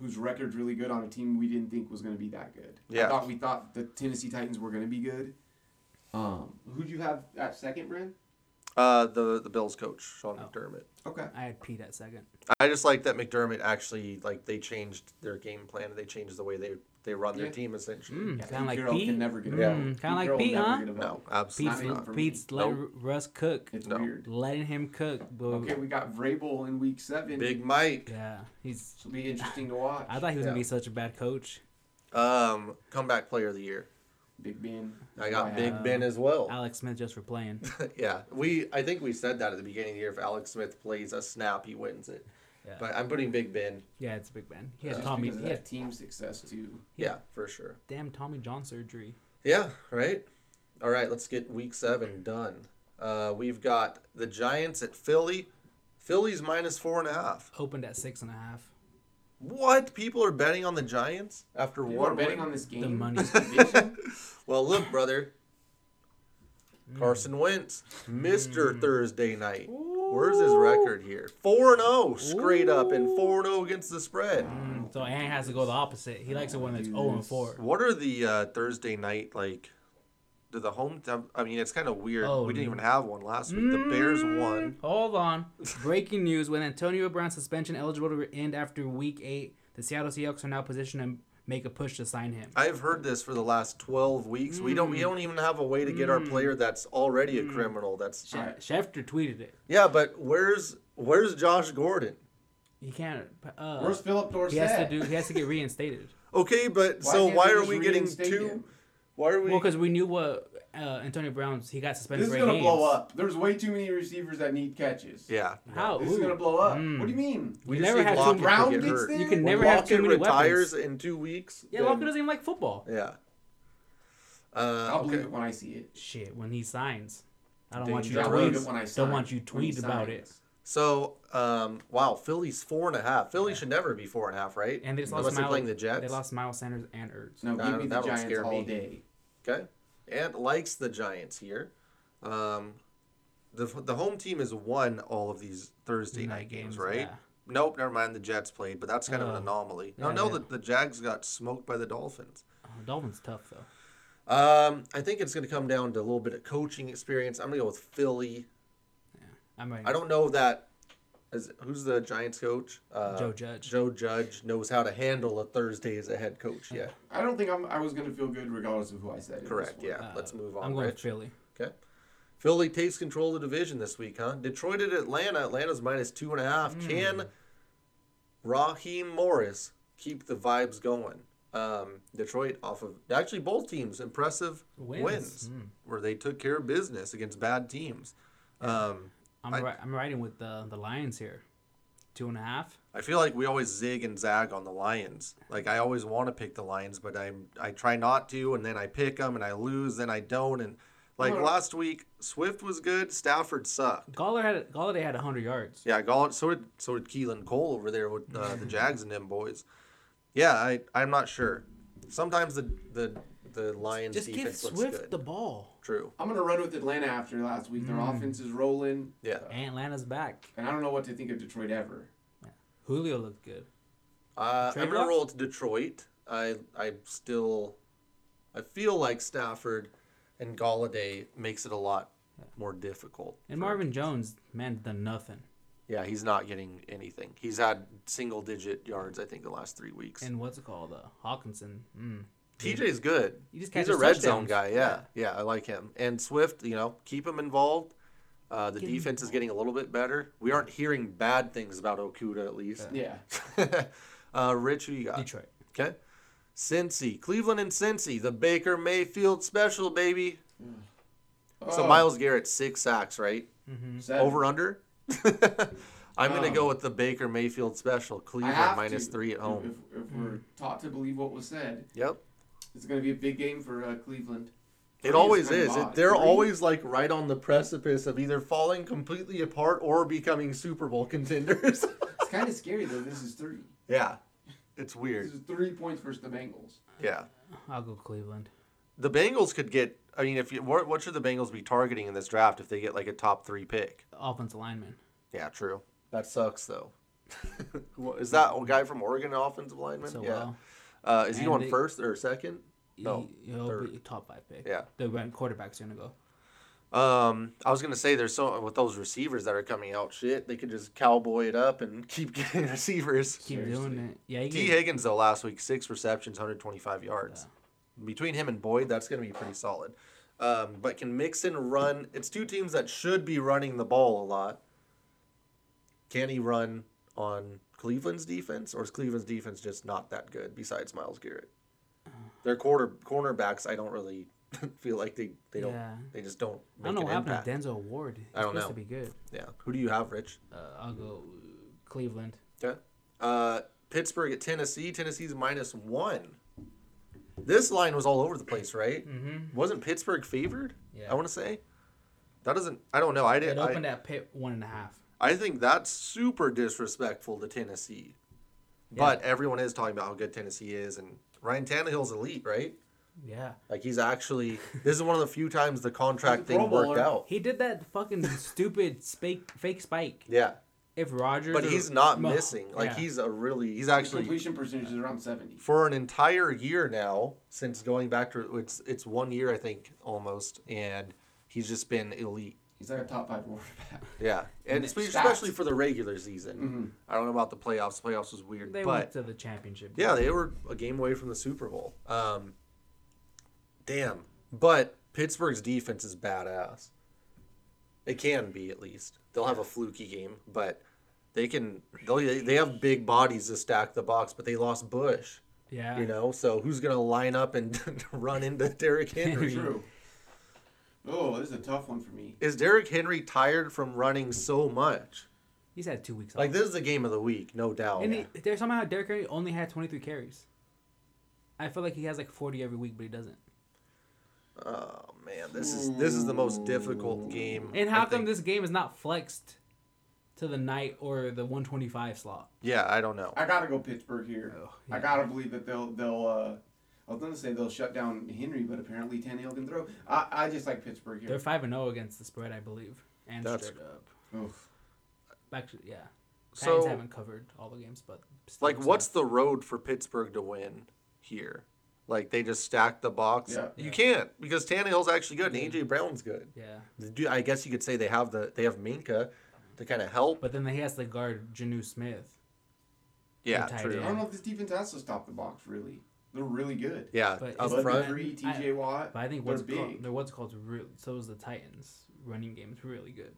S4: whose record's really good on a team we didn't think was going to be that good.
S2: Yeah.
S4: I thought we thought the Tennessee Titans were going to be good. Um, who'd you have at second, Brent?
S2: Uh, the the Bills coach
S3: Oh.
S2: Sean McDermott.
S4: Okay.
S3: I had Pete at second.
S2: I just like that McDermott actually like they changed their game plan. They changed the way they they run their
S4: Yeah.
S2: team essentially.
S3: Mm, kind
S4: Yeah,
S3: of
S4: Pete
S3: like
S4: Carroll
S3: Pete.
S4: can never get a
S2: Yeah.
S4: vote.
S3: Mm,
S4: Pete
S3: kind of like
S4: Carroll
S3: Pete,
S4: will never
S3: huh?
S4: get a vote.
S2: No, absolutely
S3: Pete's,
S4: Not even
S2: not.
S4: for me.
S3: Pete's letting Russ cook,
S4: It's
S2: No.
S4: weird.
S3: letting him cook. But
S4: Okay, we got Vrabel in week seven.
S2: Big Mike.
S3: yeah, he's.
S4: This will be interesting to watch.
S3: I thought he was gonna
S2: Yeah.
S3: be such a bad coach.
S2: Um, comeback player of the year.
S4: Big Ben.
S2: I got
S4: Why
S2: Big
S4: have-
S2: Ben as well.
S3: Alex Smith just for
S4: (laughs)
S3: playing.
S2: (laughs) Yeah, we. I think we said that at the beginning of the year. If Alex Smith plays a snap, he wins it.
S3: Yeah.
S2: But I'm putting Big Ben.
S3: Yeah, it's Big Ben. He had
S4: Just
S3: Tommy.
S4: because of
S3: He
S4: that
S3: had
S4: team success too.
S2: Yeah, for sure.
S3: damn Tommy John surgery.
S2: Yeah. Right. All right. Let's get Week Seven done. Uh, we've got the Giants at Philly. Philly's minus four and a half.
S3: Opened at six and a half.
S2: What? People are betting on the Giants after
S4: You
S2: one
S4: are betting
S2: win?
S4: on this game.
S3: money.
S4: This division?
S2: Well, look, brother. Carson Wentz, Mr.
S3: Hmm.
S2: Thursday night. Where's his record here? 4 and 0 straight up and 4 and 0 against the spread.
S3: Mm, so Ant has to go the opposite. He likes it when it's
S4: do
S3: zero and
S4: this.
S3: four.
S2: What are the uh, Thursday night like? Do the home? I mean, it's kind of weird.
S3: Oh,
S2: we didn't
S3: no. Mm.
S2: even have one last week. The Bears won.
S3: Hold on. Breaking news: With Antonio Brown's suspension eligible to end after Week Eight, the Seattle Seahawks are now positioned to make a push to sign him.
S2: I've heard this for the last twelve weeks. We
S3: Mm.
S2: don't. We don't even have a way to get our player that's already a criminal. That's
S3: She- Schefter tweeted it.
S2: yeah. But where's where's Josh Gordon?
S3: He can't. Uh,
S4: (laughs) Where's Philip Dorsett?
S3: he has to do. He has to get
S4: (laughs)
S3: reinstated.
S2: Okay, but
S4: Why
S2: so
S4: can't
S2: why
S4: they
S2: are
S4: just
S2: we getting
S4: reinstate
S2: two?
S4: him?
S2: Why are we?
S3: well, because we knew what uh, Antonio Brown's he got suspended
S4: This is
S3: for eight
S4: gonna
S3: games.
S4: blow up. There's way too many receivers that need catches.
S2: Yeah.
S3: How?
S4: This is
S3: Ooh.
S4: gonna blow up.
S3: Mm.
S4: What do you mean?
S3: We
S2: just
S3: never
S2: need
S3: had
S2: Lockett
S3: too-
S2: to
S4: Brown
S2: get
S4: gets
S2: hurt.
S4: there?
S3: You can
S4: When
S3: never
S2: when
S3: have too
S2: Lockett
S3: many
S2: retires
S3: weapons.
S2: in two weeks.
S3: Yeah,
S2: then-
S3: Locker doesn't even like football.
S2: Yeah.
S4: I'll
S2: Uh,
S4: believe
S2: okay.
S4: it when I see it.
S3: Shit, when he signs, I don't
S2: Dude,
S3: want you
S2: I
S4: I'll
S2: believe
S4: believe
S2: it
S4: it
S3: tweet.
S4: when I see
S3: Don't want you tweet about it.
S2: So, um, wow, Philly's four and a half. Philly should never be four and a half, right?
S3: And they just lost
S2: Unless they're
S3: Miles.
S2: playing the Jets.
S3: They lost Miles Sanders and Ertz.
S4: No,
S2: Nah,
S4: give me
S2: that
S4: the
S2: would
S4: Giants
S2: scare
S4: all
S2: me.
S4: day.
S2: Okay. And likes the Giants here. Um, the the home team has won all of these Thursday night,
S3: Night
S2: games,
S3: games,
S2: right?
S3: yeah.
S2: Nope, never mind. The Jets played, but that's kind of an
S3: Oh.
S2: anomaly. no,
S3: Yeah,
S2: no,
S3: yeah.
S2: the, the Jags got smoked by the Dolphins.
S3: Oh, Dolphins tough though.
S2: Um, I think it's going to come down to a little bit of coaching experience. I'm going to go with Philly.
S3: I'm ready.
S2: I don't know that. Is, who's the Giants coach? Uh,
S3: Joe Judge.
S2: Joe Judge knows how to handle a Thursday as a head coach.
S3: (laughs)
S2: Yeah,
S4: I don't think I'm, I was gonna feel good regardless of who I said. it was
S2: correct.
S4: for.
S2: Yeah,
S3: Uh,
S2: let's move on.
S3: I'm going
S2: Rich.
S3: with Philly.
S2: Okay. Philly takes control of the division this week, huh? Detroit at Atlanta. Atlanta's minus two and a half. Can Raheem Morris keep the vibes going? Um, Detroit off of actually both teams impressive wins,
S3: Wins.
S2: where they took care of business against bad teams. Um,
S3: I'm
S2: I-
S3: ri- I'm riding with the the Lions here. Two and a half.
S2: I feel like we always zig and zag on the Lions. Like I always want to pick the Lions, but I I try not to, and then I pick them and I lose, then I don't, and like
S4: Well-
S2: last week Swift was good, Stafford sucked.
S3: Galladay had Galladay had 100 yards.
S2: Yeah, Gall. So did so did Keelan Cole over there with uh,
S3: Mm.
S2: the Jags and them boys. Yeah, I I'm not sure. Sometimes the the the Lions
S3: Just give
S2: defense looks
S3: Swift
S2: good.
S3: the ball.
S2: True.
S4: I'm gonna run with Atlanta after last week. Their
S3: Hmm.
S4: offense is rolling,
S2: Yeah,
S3: And Atlanta's back.
S4: and I don't know what to think of Detroit ever.
S3: Julio looked good.
S2: uh, I'm
S3: Trade
S2: gonna
S3: off?
S2: roll to Detroit. I I still I feel like Stafford and Galladay makes it a lot more difficult.
S3: And
S2: for-
S3: Marvin Jones, man, done nothing.
S2: Yeah, he's not getting anything. He's had single digit yards I think the last three weeks.
S3: And what's it called? Uh, Hawkinson. Mm.
S2: TJ's good.
S3: He just
S2: He's
S3: catches
S2: a red
S3: touchdowns.
S2: zone guy. Yeah. yeah, I like him. And Swift, you know, keep him involved. Uh, the
S3: Get him
S2: defense is getting a little bit better. We aren't hearing bad things about Okuda at least.
S4: Yeah.
S2: (laughs) uh, Rich, who you got?
S3: Detroit.
S2: Okay. Cincy, Cleveland, and Cincy, the Baker Mayfield special, baby. So
S4: Oh,
S2: Miles Garrett six sacks, right?
S4: seven.
S2: Over under. (laughs) I'm gonna
S4: Um,
S2: go with the Baker Mayfield special.
S4: I
S2: Cleveland
S4: have
S2: minus
S4: to, Mm-hmm.
S2: three at
S4: if-
S2: home.
S4: If, if we're taught to believe what was said,
S2: Yep.
S4: it's gonna be a big game for uh, Cleveland. Three
S2: It always
S4: kind of
S2: is. It,
S4: odd.
S2: they're
S4: Three?
S2: always like right on the precipice of either falling completely apart or becoming Super Bowl contenders. (laughs)
S4: It's kind of scary though. This is three.
S2: yeah. It's
S4: This
S2: weird.
S4: is three points versus the Bengals.
S2: Yeah.
S3: I'll go Cleveland.
S2: The Bengals could get I mean if you what, what should the Bengals be targeting in this draft if they get like a top 3 pick?
S3: Offensive lineman.
S2: Yeah, true. That sucks (laughs) though. Who- is that a guy from Oregon an offensive lineman?
S3: So
S2: yeah.
S3: well.
S2: Uh, is he
S3: And
S2: going
S3: they-
S2: first or second? No.
S3: He, will
S2: third.
S3: be a top five pick.
S2: Yeah.
S3: The run- quarterback's going to go.
S2: Um, I was gonna say there's so with those receivers that are coming out, shit, they could just cowboy it up and keep (laughs) getting receivers.
S3: Keep doing it. Yeah, he
S2: T.
S3: can,
S2: Higgins though last week six receptions, 125 yards. Between him and Boyd, that's going to be pretty solid. Um, but can Mixon run? It's two teams that should be running the ball a lot. Can he run on Cleveland's defense, or is Cleveland's defense just not that good? Besides Miles Garrett, their quarter cornerbacks, I don't really (laughs) feel like they they don't
S3: Yeah.
S2: they just don't make
S3: I don't know
S2: an
S3: what happened
S2: impact.
S3: to Denzel Ward. He's
S2: I don't
S3: supposed
S2: know.
S3: to be good.
S2: Yeah, who do you have, Rich?
S3: Uh, I'll go uh, Cleveland.
S2: Okay. Uh, Pittsburgh at Tennessee. Tennessee's minus one. This line was all over the place, right? Mm-hmm. Wasn't Pittsburgh favored?
S3: Yeah.
S2: I want to say. That doesn't. I don't know. I
S3: It
S2: didn't.
S3: opened
S2: I,
S3: at pit one and a half.
S2: I think that's super disrespectful to Tennessee. But everyone is talking about how good Tennessee is, and Ryan Tannehill's elite, right?
S3: Yeah.
S2: Like he's
S3: (laughs)
S2: actually. this is one of the few times the contract
S4: He's a
S2: thing
S4: Pro
S2: worked
S4: Bowler.
S2: out.
S3: He did that fucking stupid spake, fake spike.
S2: Yeah,
S3: If Rogers,
S2: but
S3: or-
S2: he's not
S3: Mah-
S2: missing. Like
S3: yeah.
S2: he's a really. He's
S4: His
S2: actually
S4: completion percentage is around seventy.
S2: for an entire year now since going back to it's it's one year I think almost, and he's just been elite.
S4: He's like a top five quarterback.
S2: Yeah, and
S4: And
S2: espe-
S4: it's
S2: especially
S4: stacked.
S2: for the regular season. I don't know about the playoffs. The playoffs was weird,
S3: they went
S2: but
S3: to the championship.
S2: yeah, they were a game away from the Super Bowl. Um, damn, but Pittsburgh's defense is badass. It can be at least. They'll have a fluky game, but they can. They'll, they have big bodies to stack the box, but they lost Bush. (laughs)
S3: yeah. (laughs)
S2: You know, so who's gonna line up and run into Derrick Henry?
S4: True. (laughs) Oh, this is a tough one for me.
S2: Is Derrick Henry tired from running so much?
S3: He's had two weeks off.
S2: Like this Oh, is the game of the week, no doubt.
S3: and he, there somehow Derrick Henry only had 23 carries. I feel like he has like 40 every week, but he doesn't.
S2: oh man, this is this is the most difficult game.
S3: And how
S2: I
S3: come
S2: think.
S3: this game is not flexed to the night or the 125 slot?
S2: Yeah, I don't know.
S4: I gotta go Pittsburgh here.
S3: Oh,
S4: I gotta believe that they'll they'll. Uh, I was gonna say they'll shut down Henry, but apparently Tannehill can throw. I, I just like Pittsburgh
S3: They're
S4: here.
S3: five and zero against the spread, I believe, and
S2: That's-
S3: straight up.
S4: Oof.
S3: Actually, yeah. Titans
S2: So
S3: haven't covered all the games, but still
S2: like
S3: looks
S2: what's the road for Pittsburgh to win here? Like they just stack the box.
S4: Yeah.
S2: You can't because Tannehill's actually good and AJ Brown's good.
S3: like- Yeah,
S2: Do- I guess you could say they have the they have Minka to kind of help.
S3: but then he has to guard Janu Smith.
S2: yeah,
S3: tight
S2: true.
S4: I
S3: end.
S4: don't know if this defense has to stop the box. Really, they're really good.
S2: Yeah,
S3: But
S2: up
S3: is-
S4: Bud
S2: front.
S4: Free,
S3: I-
S4: T.J. Watt.
S3: But I think
S4: They're
S3: what's called,
S4: big.
S3: the what's called real, so is the Titans running game is really good.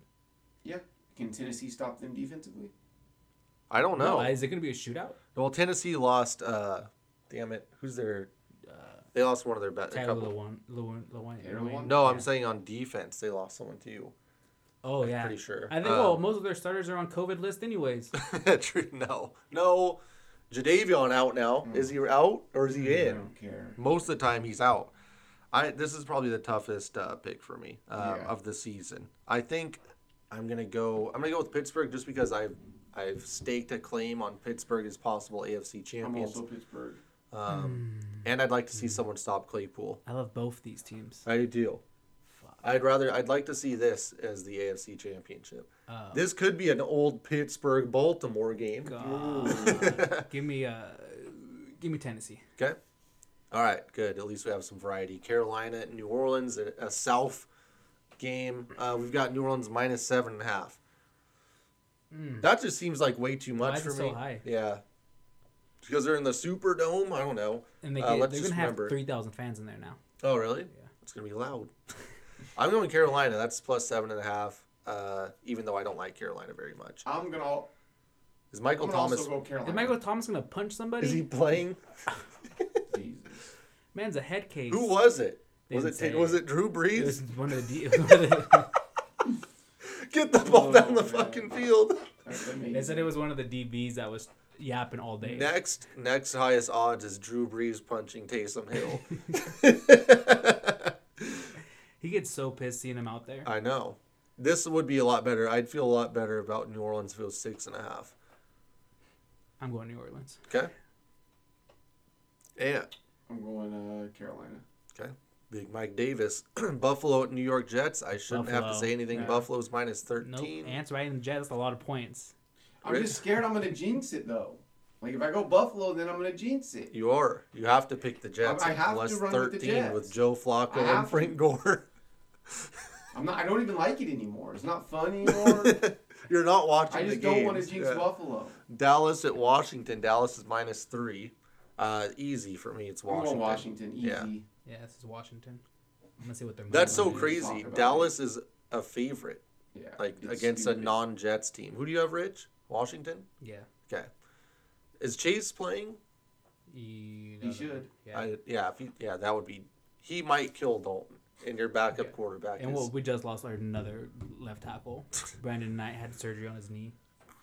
S4: Can Tennessee stop them defensively?
S2: I don't know.
S3: is it going to be a shootout?
S2: Well, Tennessee lost. uh Damn it, who's their? uh, They lost one of their best.
S3: Tyler Lewan, Lewan,
S4: Taylor
S3: Lewan,
S4: Lewan?
S2: No, I'm
S3: yeah.
S2: saying on defense they lost someone too. (laughs)
S3: Oh
S2: I'm
S3: yeah,
S2: pretty sure.
S3: I think.
S2: Um,
S3: well, most of their starters are on COVID
S2: (laughs)
S3: list, anyways.
S2: True. No, no. Jadavion out now.
S4: Hmm.
S2: Is he out or is he
S4: I
S2: in?
S4: don't care.
S2: Most of the time he's out. I this is probably the toughest uh, pick for me uh,
S4: Yeah.
S2: of the season. I think I'm gonna go. I'm gonna go with Pittsburgh just because I've I've staked a claim on Pittsburgh as possible AFC
S4: I'm
S2: champions,
S4: also Hmm. Pittsburgh.
S2: um, and I'd like to see someone stop Claypool.
S3: I love both these teams.
S2: I do.
S3: Fuck.
S2: I'd rather. I'd like to see this as the AFC championship.
S3: Oh,
S2: This could be an old Pittsburgh Baltimore game.
S3: God. give me uh, give me Tennessee.
S2: Okay. All right, good. At least we have some variety. Carolina, New Orleans, a, a South game. Uh, we've got New Orleans minus seven and a half. That just seems like way too much
S3: Hmm. is
S2: for
S3: it
S2: me.
S3: so high?
S2: Yeah. Because they're in the Superdome. I don't know.
S3: And they
S2: Uh,
S3: get,
S2: let's
S3: they're
S2: just
S3: gonna have
S2: remember-
S3: three thousand fans in there now.
S2: Oh, really? Yeah. It's gonna be loud. (laughs) I'm going Carolina. That's plus seven and a half. Uh, even though I don't like Carolina very much.
S4: I'm gonna. al-
S2: Is Michael
S4: I'm gonna
S2: Thomas?
S4: also go Carolina.
S3: Is Michael Thomas gonna punch somebody?
S2: Is he playing?
S4: Jesus.
S3: Man's a head case.
S2: Who was it?
S3: They
S2: Was it
S3: didn't say.
S2: was it Drew Brees?
S3: It was one of the. D-
S2: (laughs)
S3: (laughs)
S2: Get the ball down the
S4: man.
S2: fucking field.
S4: That's amazing.
S3: they said it was one of the DBs that was yapping all day.
S2: Next, next highest odds is Drew Brees punching Taysom Hill. (laughs)
S3: He gets so pissed seeing him out there.
S2: I know. This would be a lot better. I'd feel a lot better about New Orleans if it was six and a half.
S3: I'm going New Orleans.
S2: Okay. And
S4: I'm going uh, Carolina.
S2: okay, Big Mike Davis, (clears throat) Buffalo at New York Jets. I shouldn't have to
S3: Buffalo,
S2: say anything.
S3: yeah.
S2: Buffalo's minus
S3: Nope.
S2: thirteen.
S3: Ants right in the Jets. That's a lot of points.
S4: I'm
S2: Rich?
S4: just scared I'm gonna jinx it though. Like if I go Buffalo, then I'm gonna jinx it.
S2: you are. You have to pick the Jets
S4: I
S2: at
S4: have to
S2: plus
S4: run with the
S2: thirteen with,
S4: Jets.
S2: Joe Flacco
S4: I
S2: and
S4: have
S2: Frank Gore. (laughs)
S4: I'm not. I don't even like it anymore. It's not
S2: (laughs)
S4: fun anymore.
S2: You're not watching
S4: I
S2: the
S4: just
S2: games.
S4: don't want to jinx
S2: Yeah.
S4: Buffalo.
S2: Dallas at Washington. Dallas is minus three. Uh, easy for me. It's
S4: I'm
S2: Washington.
S4: going Washington. Easy.
S2: Yeah.
S3: Yeah, this is Washington. I'm gonna see what they're.
S2: That's so
S4: Washington. Talk
S2: crazy.
S4: about
S2: Dallas is a favorite,
S4: Yeah,
S2: like
S4: it's
S2: against
S4: stupid.
S2: a non-Jets team. Who do you have, Rich? Washington.
S3: Yeah.
S2: Okay. Is Chase playing?
S3: He,
S4: He should.
S3: Yeah.
S2: I, yeah. If he, yeah, that would be. He might kill Dalton, and your backup
S3: Yeah.
S2: quarterback
S3: and
S2: is
S3: well, we just lost our another
S2: (laughs)
S3: left tackle. Brandon Knight had surgery on his knee.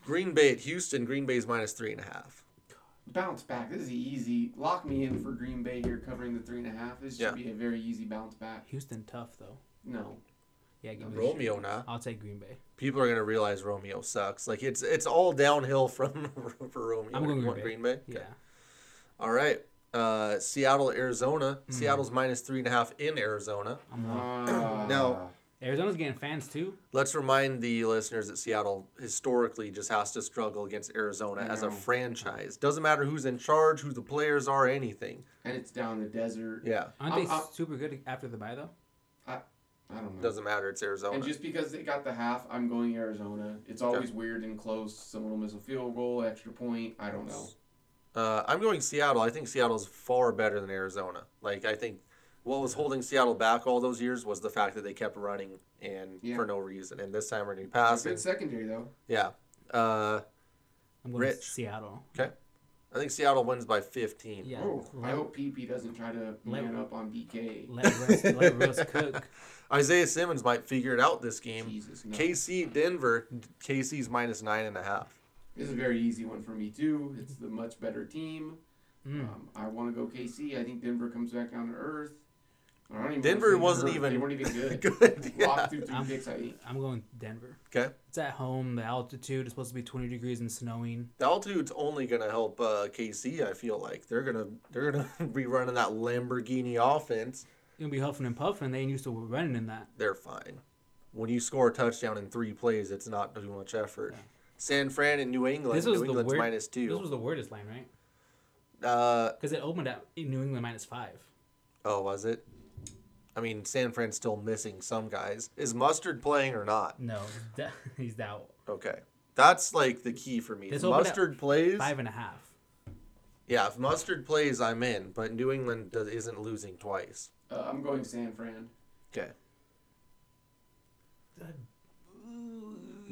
S2: Green Bay at Houston. Green Bay's minus three and a half.
S4: Bounce back. This is easy. Lock me in for Green Bay here, covering the three and a half. This should
S2: Yeah.
S4: be a very easy bounce back.
S3: Houston tough though.
S4: No,
S3: Yeah, give me.
S2: Romeo, nah.
S3: I'll take Green Bay.
S2: People are gonna realize Romeo sucks. Like it's it's all downhill from (laughs) for Romeo.
S3: I'm going
S2: You
S3: Green
S2: want
S3: Bay.
S2: Green Bay.
S3: Yeah.
S2: Okay. All right. Uh, Seattle, Arizona.
S3: Mm-hmm.
S2: Seattle's minus three and a half in Arizona.
S3: I'm on.
S4: uh,
S2: Now-
S3: Arizona's getting fans too.
S2: Let's remind the listeners that Seattle historically just has to struggle against Arizona as a
S4: Yeah.
S2: franchise. Doesn't matter who's in charge, who the players are, anything.
S4: and it's down in the desert.
S2: Yeah.
S3: Aren't
S4: I'm-
S3: they
S4: I'm-
S3: super good after the bye though?
S4: I don't know.
S2: Doesn't matter. It's Arizona.
S4: And just because they got the half, I'm going Arizona. It's always weird and close. Someone will miss a field goal, extra point. I don't know.
S2: Uh, I'm going Seattle. I think Seattle's far better than Arizona. Like I think what was holding Seattle back all those years was the fact that they kept running and
S4: Yeah.
S2: for no reason. And this time we're going to be
S4: That's
S2: passing.
S4: good secondary though.
S2: Yeah. Uh,
S3: I'm going to
S2: Rich.
S3: Seattle.
S2: Okay. I think Seattle wins by 15.
S3: Yeah.
S4: Oh, I
S3: Let,
S4: hope PP doesn't try to
S3: Let-
S4: man up on BK.
S3: (laughs) let, Russ, let
S2: (laughs)
S3: Russ cook.
S2: Isaiah Simmons might figure it out this game.
S4: Jesus, no.
S2: KC Denver, KC's minus nine and a
S4: (laughs)
S2: half.
S4: This is a very easy one for me too. It's the much better team.
S3: Mm.
S2: Oh.
S4: Um, I want to go KC. I think Denver comes back down to earth. I don't even
S2: Denver
S4: think
S2: wasn't
S4: hurt. They
S2: even-
S4: weren't even good.
S2: (laughs) Good. Yeah.
S4: Lost through three
S3: I'm-
S4: picks. I think.
S3: I'm going Denver.
S2: Okay.
S3: It's at home. The altitude is supposed to be 20 degrees and snowing.
S2: The altitude's only gonna help uh, KC. I feel like they're gonna they're gonna (laughs) be running that Lamborghini offense.
S3: You're going to be huffing and puffing. They ain't used to running in that.
S2: They're fine. When you score a touchdown in three plays, it's not too much effort. San Fran and New England.
S3: This was
S2: New
S3: the
S2: England's
S3: weird-
S2: minus
S3: This
S2: two.
S3: was the weirdest line, right?
S2: uh,
S3: Because it opened at New England minus five.
S2: oh, was it? I mean, San Fran's still missing some guys. Is Mustard playing or not?
S3: No, he's d- (laughs) he's out.
S2: Okay, that's like the key for me.
S3: This opened up
S2: Mustard plays.
S3: Five and a half.
S2: Yeah, if Mustard plays, I'm in. But New England does, isn't losing twice.
S4: Uh, I'm going San Fran.
S2: Okay.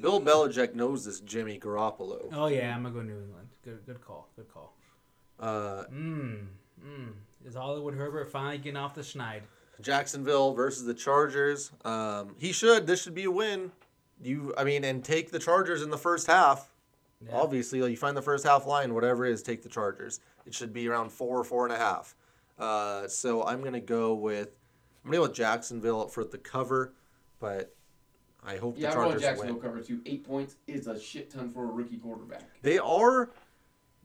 S2: Bill Belichick knows this Jimmy Garoppolo.
S3: Oh, yeah, I'm going to go New England. Good, good call. Good call.
S2: Uh,
S3: Mmm. Mmm. Is Hollywood Herbert finally getting off the schneid?
S2: Jacksonville versus the Chargers. Um, he should. This should be a win. You, I mean, and take the Chargers in the first half.
S3: Yeah.
S2: Obviously, like, you find the first half line, whatever it is, take the Chargers. It should be around four, four and a half. Uh, so I'm gonna go with I'm gonna go with Jacksonville for the cover, but I hope
S4: Yeah,
S2: the
S4: I'm going
S2: Chargers
S4: Jacksonville
S2: win.
S4: cover two. Eight points is a shit ton for a rookie quarterback.
S2: They are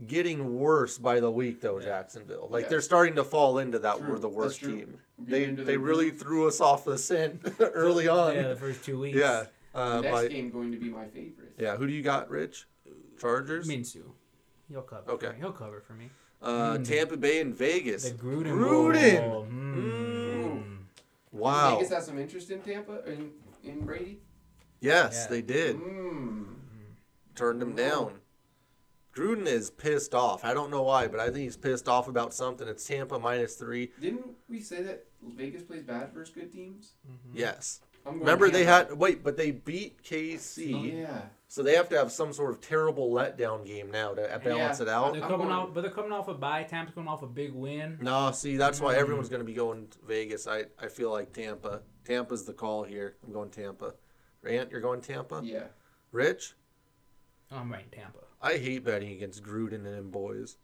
S2: getting worse by the week, though. Jacksonville, like
S4: Yeah.
S2: they're starting to fall into that
S4: True.
S2: we're the
S4: That's
S2: worst
S4: true.
S2: team.
S4: Getting
S2: They
S4: into
S2: they
S4: the
S2: really threw us off the scent (laughs) early on.
S3: Yeah,
S2: Yeah,
S3: the first two weeks.
S2: yeah. Uh,
S4: Next
S2: but,
S4: game going to be my favorite.
S2: yeah. Who do you got, Rich? Chargers.
S3: Minshew. He'll cover.
S2: Okay.
S3: For me. He'll cover for me.
S2: Uh,
S4: Mm.
S2: Tampa Bay and Vegas.
S3: The Gruden.
S2: Gruden!
S3: Bowl. Mm.
S2: Wow.
S4: Vegas has some interest in Tampa in in Brady.
S2: Yes,
S3: Yeah.
S2: they did.
S4: Mm.
S2: Turned him down. Gruden is pissed off. I don't know why, but I think he's pissed off about something. It's Tampa minus three.
S4: Didn't we say that Vegas plays bad versus good teams?
S2: Yes.
S4: Mm-hmm. I'm going
S2: Remember they
S4: Tampa.
S2: had wait, but they beat KC.
S4: Oh, yeah.
S2: So they have to have some sort of terrible letdown game now to balance
S4: Yeah.
S2: it out.
S3: They're
S4: I'm
S3: coming
S4: going-
S3: off, but they're coming off a bye. Tampa's coming off a big win.
S2: No, see, that's why everyone's going to be going to Vegas. I, I feel like Tampa. Tampa's the call here. I'm going Tampa. Rant, you're going Tampa?
S4: Yeah.
S2: Rich?
S3: I'm right, Tampa.
S2: I hate betting against Gruden and them boys.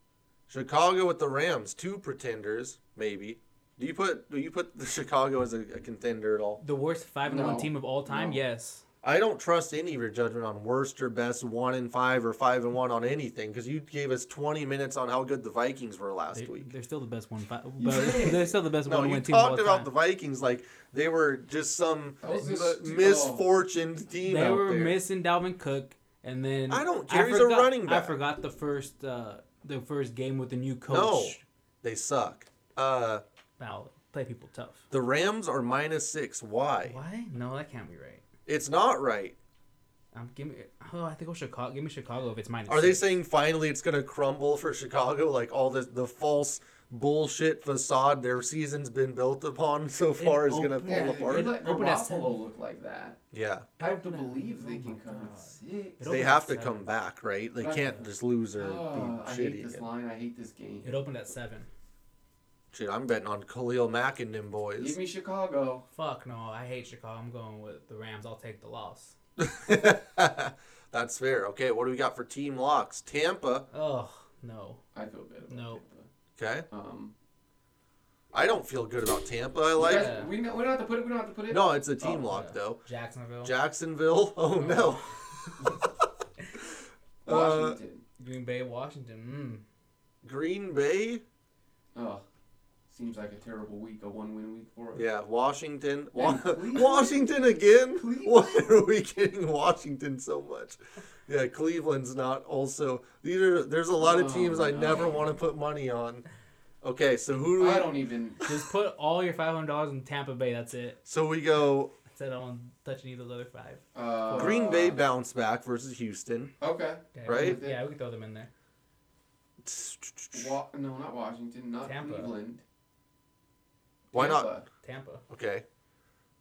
S2: Chicago with the Rams, two pretenders, maybe. Do you put do you put the (laughs) Chicago as a, a contender at all?
S3: The worst five and one
S4: No.
S3: team of all time.
S4: No.
S3: Yes.
S2: I don't trust any of your judgment on worst or best, one and five or five and one on anything because you gave us twenty minutes on how good the Vikings were last
S3: They,
S2: week.
S3: they're still the best one. fi- But they're still the best
S2: No,
S3: one
S2: you
S3: win team of all
S2: talked about
S3: time.
S2: the Vikings like they were just some
S4: That was just-
S2: m- misfortuned team
S3: they
S2: out
S3: were
S2: there.
S3: missing Dalvin Cook, and then
S2: I don't- Jerry's a running back.
S3: I forgot the first uh, the first game with the new coach.
S2: no, they suck. Uh,
S3: Wow, play people tough.
S2: the Rams are minus six. Why?
S3: Why? No, that can't be right.
S2: It's not right.
S3: Um, give me. Oh, I think go Chicago. Give me Chicago if it's minus.
S2: Are they
S3: six.
S2: saying finally it's gonna crumble for Chicago? Like all the the false bullshit facade their season's been built upon (laughs) so far is gonna
S3: opened-
S2: fall
S4: Yeah,
S2: apart.
S4: they let
S3: Open at seven.
S4: Garoppolo look like that.
S2: yeah,
S4: I have to
S3: Open at-
S4: believe they
S3: oh
S4: can
S3: my
S4: cover
S3: God.
S4: six.
S3: It
S2: they
S3: opened
S2: have
S3: at
S2: to
S3: seven.
S2: come back, right? They
S4: Right.
S2: can't just lose or
S4: Oh,
S2: be
S4: I
S2: shitty.
S4: hate this
S2: again.
S4: line. I hate this game.
S3: It opened at seven.
S2: Shit, I'm betting on Khalil Mack and them
S4: Give
S2: boys.
S4: me Chicago.
S3: Fuck no, I hate Chicago. I'm going with the Rams. I'll take the loss.
S2: (laughs) That's fair. Okay, what do we got for team locks? Tampa.
S3: Oh no.
S4: I feel bad. About
S3: No.
S2: Okay,
S4: Tampa. Um,
S2: I don't feel good about Tampa. I
S4: like,
S2: like.
S3: Yeah.
S4: we, know, we don't have to put it. We don't have to put it.
S2: No, it's a team
S4: Oh,
S2: lock though.
S3: Jacksonville.
S2: Jacksonville. (laughs) Oh no.
S4: (laughs)
S2: uh,
S4: Washington.
S3: Green Bay, Washington.
S2: Green Bay.
S4: oh, seems like a terrible week. A one-win week for us.
S2: Yeah, Washington. Wa-
S4: Cleveland?
S2: Washington again?
S4: Cleveland?
S2: Why are we getting Washington so much? Yeah, Cleveland's not also. These are there's a lot of
S4: Oh,
S2: teams I
S4: no.
S2: never want to put money on. Okay, so who do we
S4: I don't even.
S3: Mm. Just put all your five hundred dollars in Tampa Bay. That's it.
S2: So we go
S3: That's it. I don't touch any of those other five.
S4: Uh,
S2: Green Bay bounce back versus Houston.
S4: Okay.
S3: Okay,
S2: Right?
S3: we can- Yeah, we can throw them in there.
S4: Wa- no, not Washington. Not
S3: Tampa.
S4: Cleveland.
S2: Why not?
S4: Tampa.
S3: Tampa.
S2: Okay.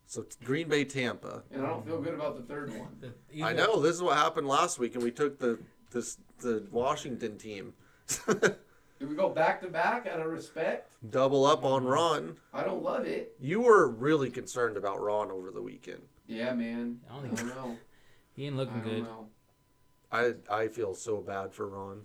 S2: So Green Bay Tampa.
S4: And I don't feel good about the third one.
S3: The-
S2: I
S3: either-
S2: know this is what happened last week and we took the this the Washington team. (laughs)
S4: Do we go back to back out of respect?
S2: Double up on Ron.
S4: I don't love it.
S2: You were really concerned about Ron over the weekend.
S4: Yeah, man.
S3: I don't think-
S4: know.
S3: He ain't
S4: I
S3: looking
S4: don't
S3: good.
S4: know.
S2: I I feel so bad for Ron.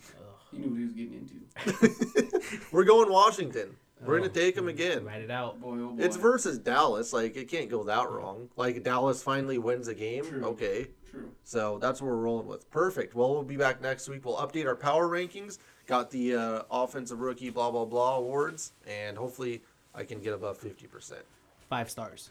S4: He knew what he was getting into.
S2: We're going Washington. We're
S3: Oh,
S2: gonna take him again.
S3: Write it out.
S4: Boy, oh boy.
S2: It's versus Dallas. Like it can't go that wrong. Like Dallas finally wins a game.
S4: True.
S2: Okay.
S4: True.
S2: So that's what we're rolling with. Perfect. Well, we'll be back next week. We'll update our power rankings. Got the uh, offensive rookie blah blah blah awards, and hopefully I can get above fifty percent.
S3: Five stars.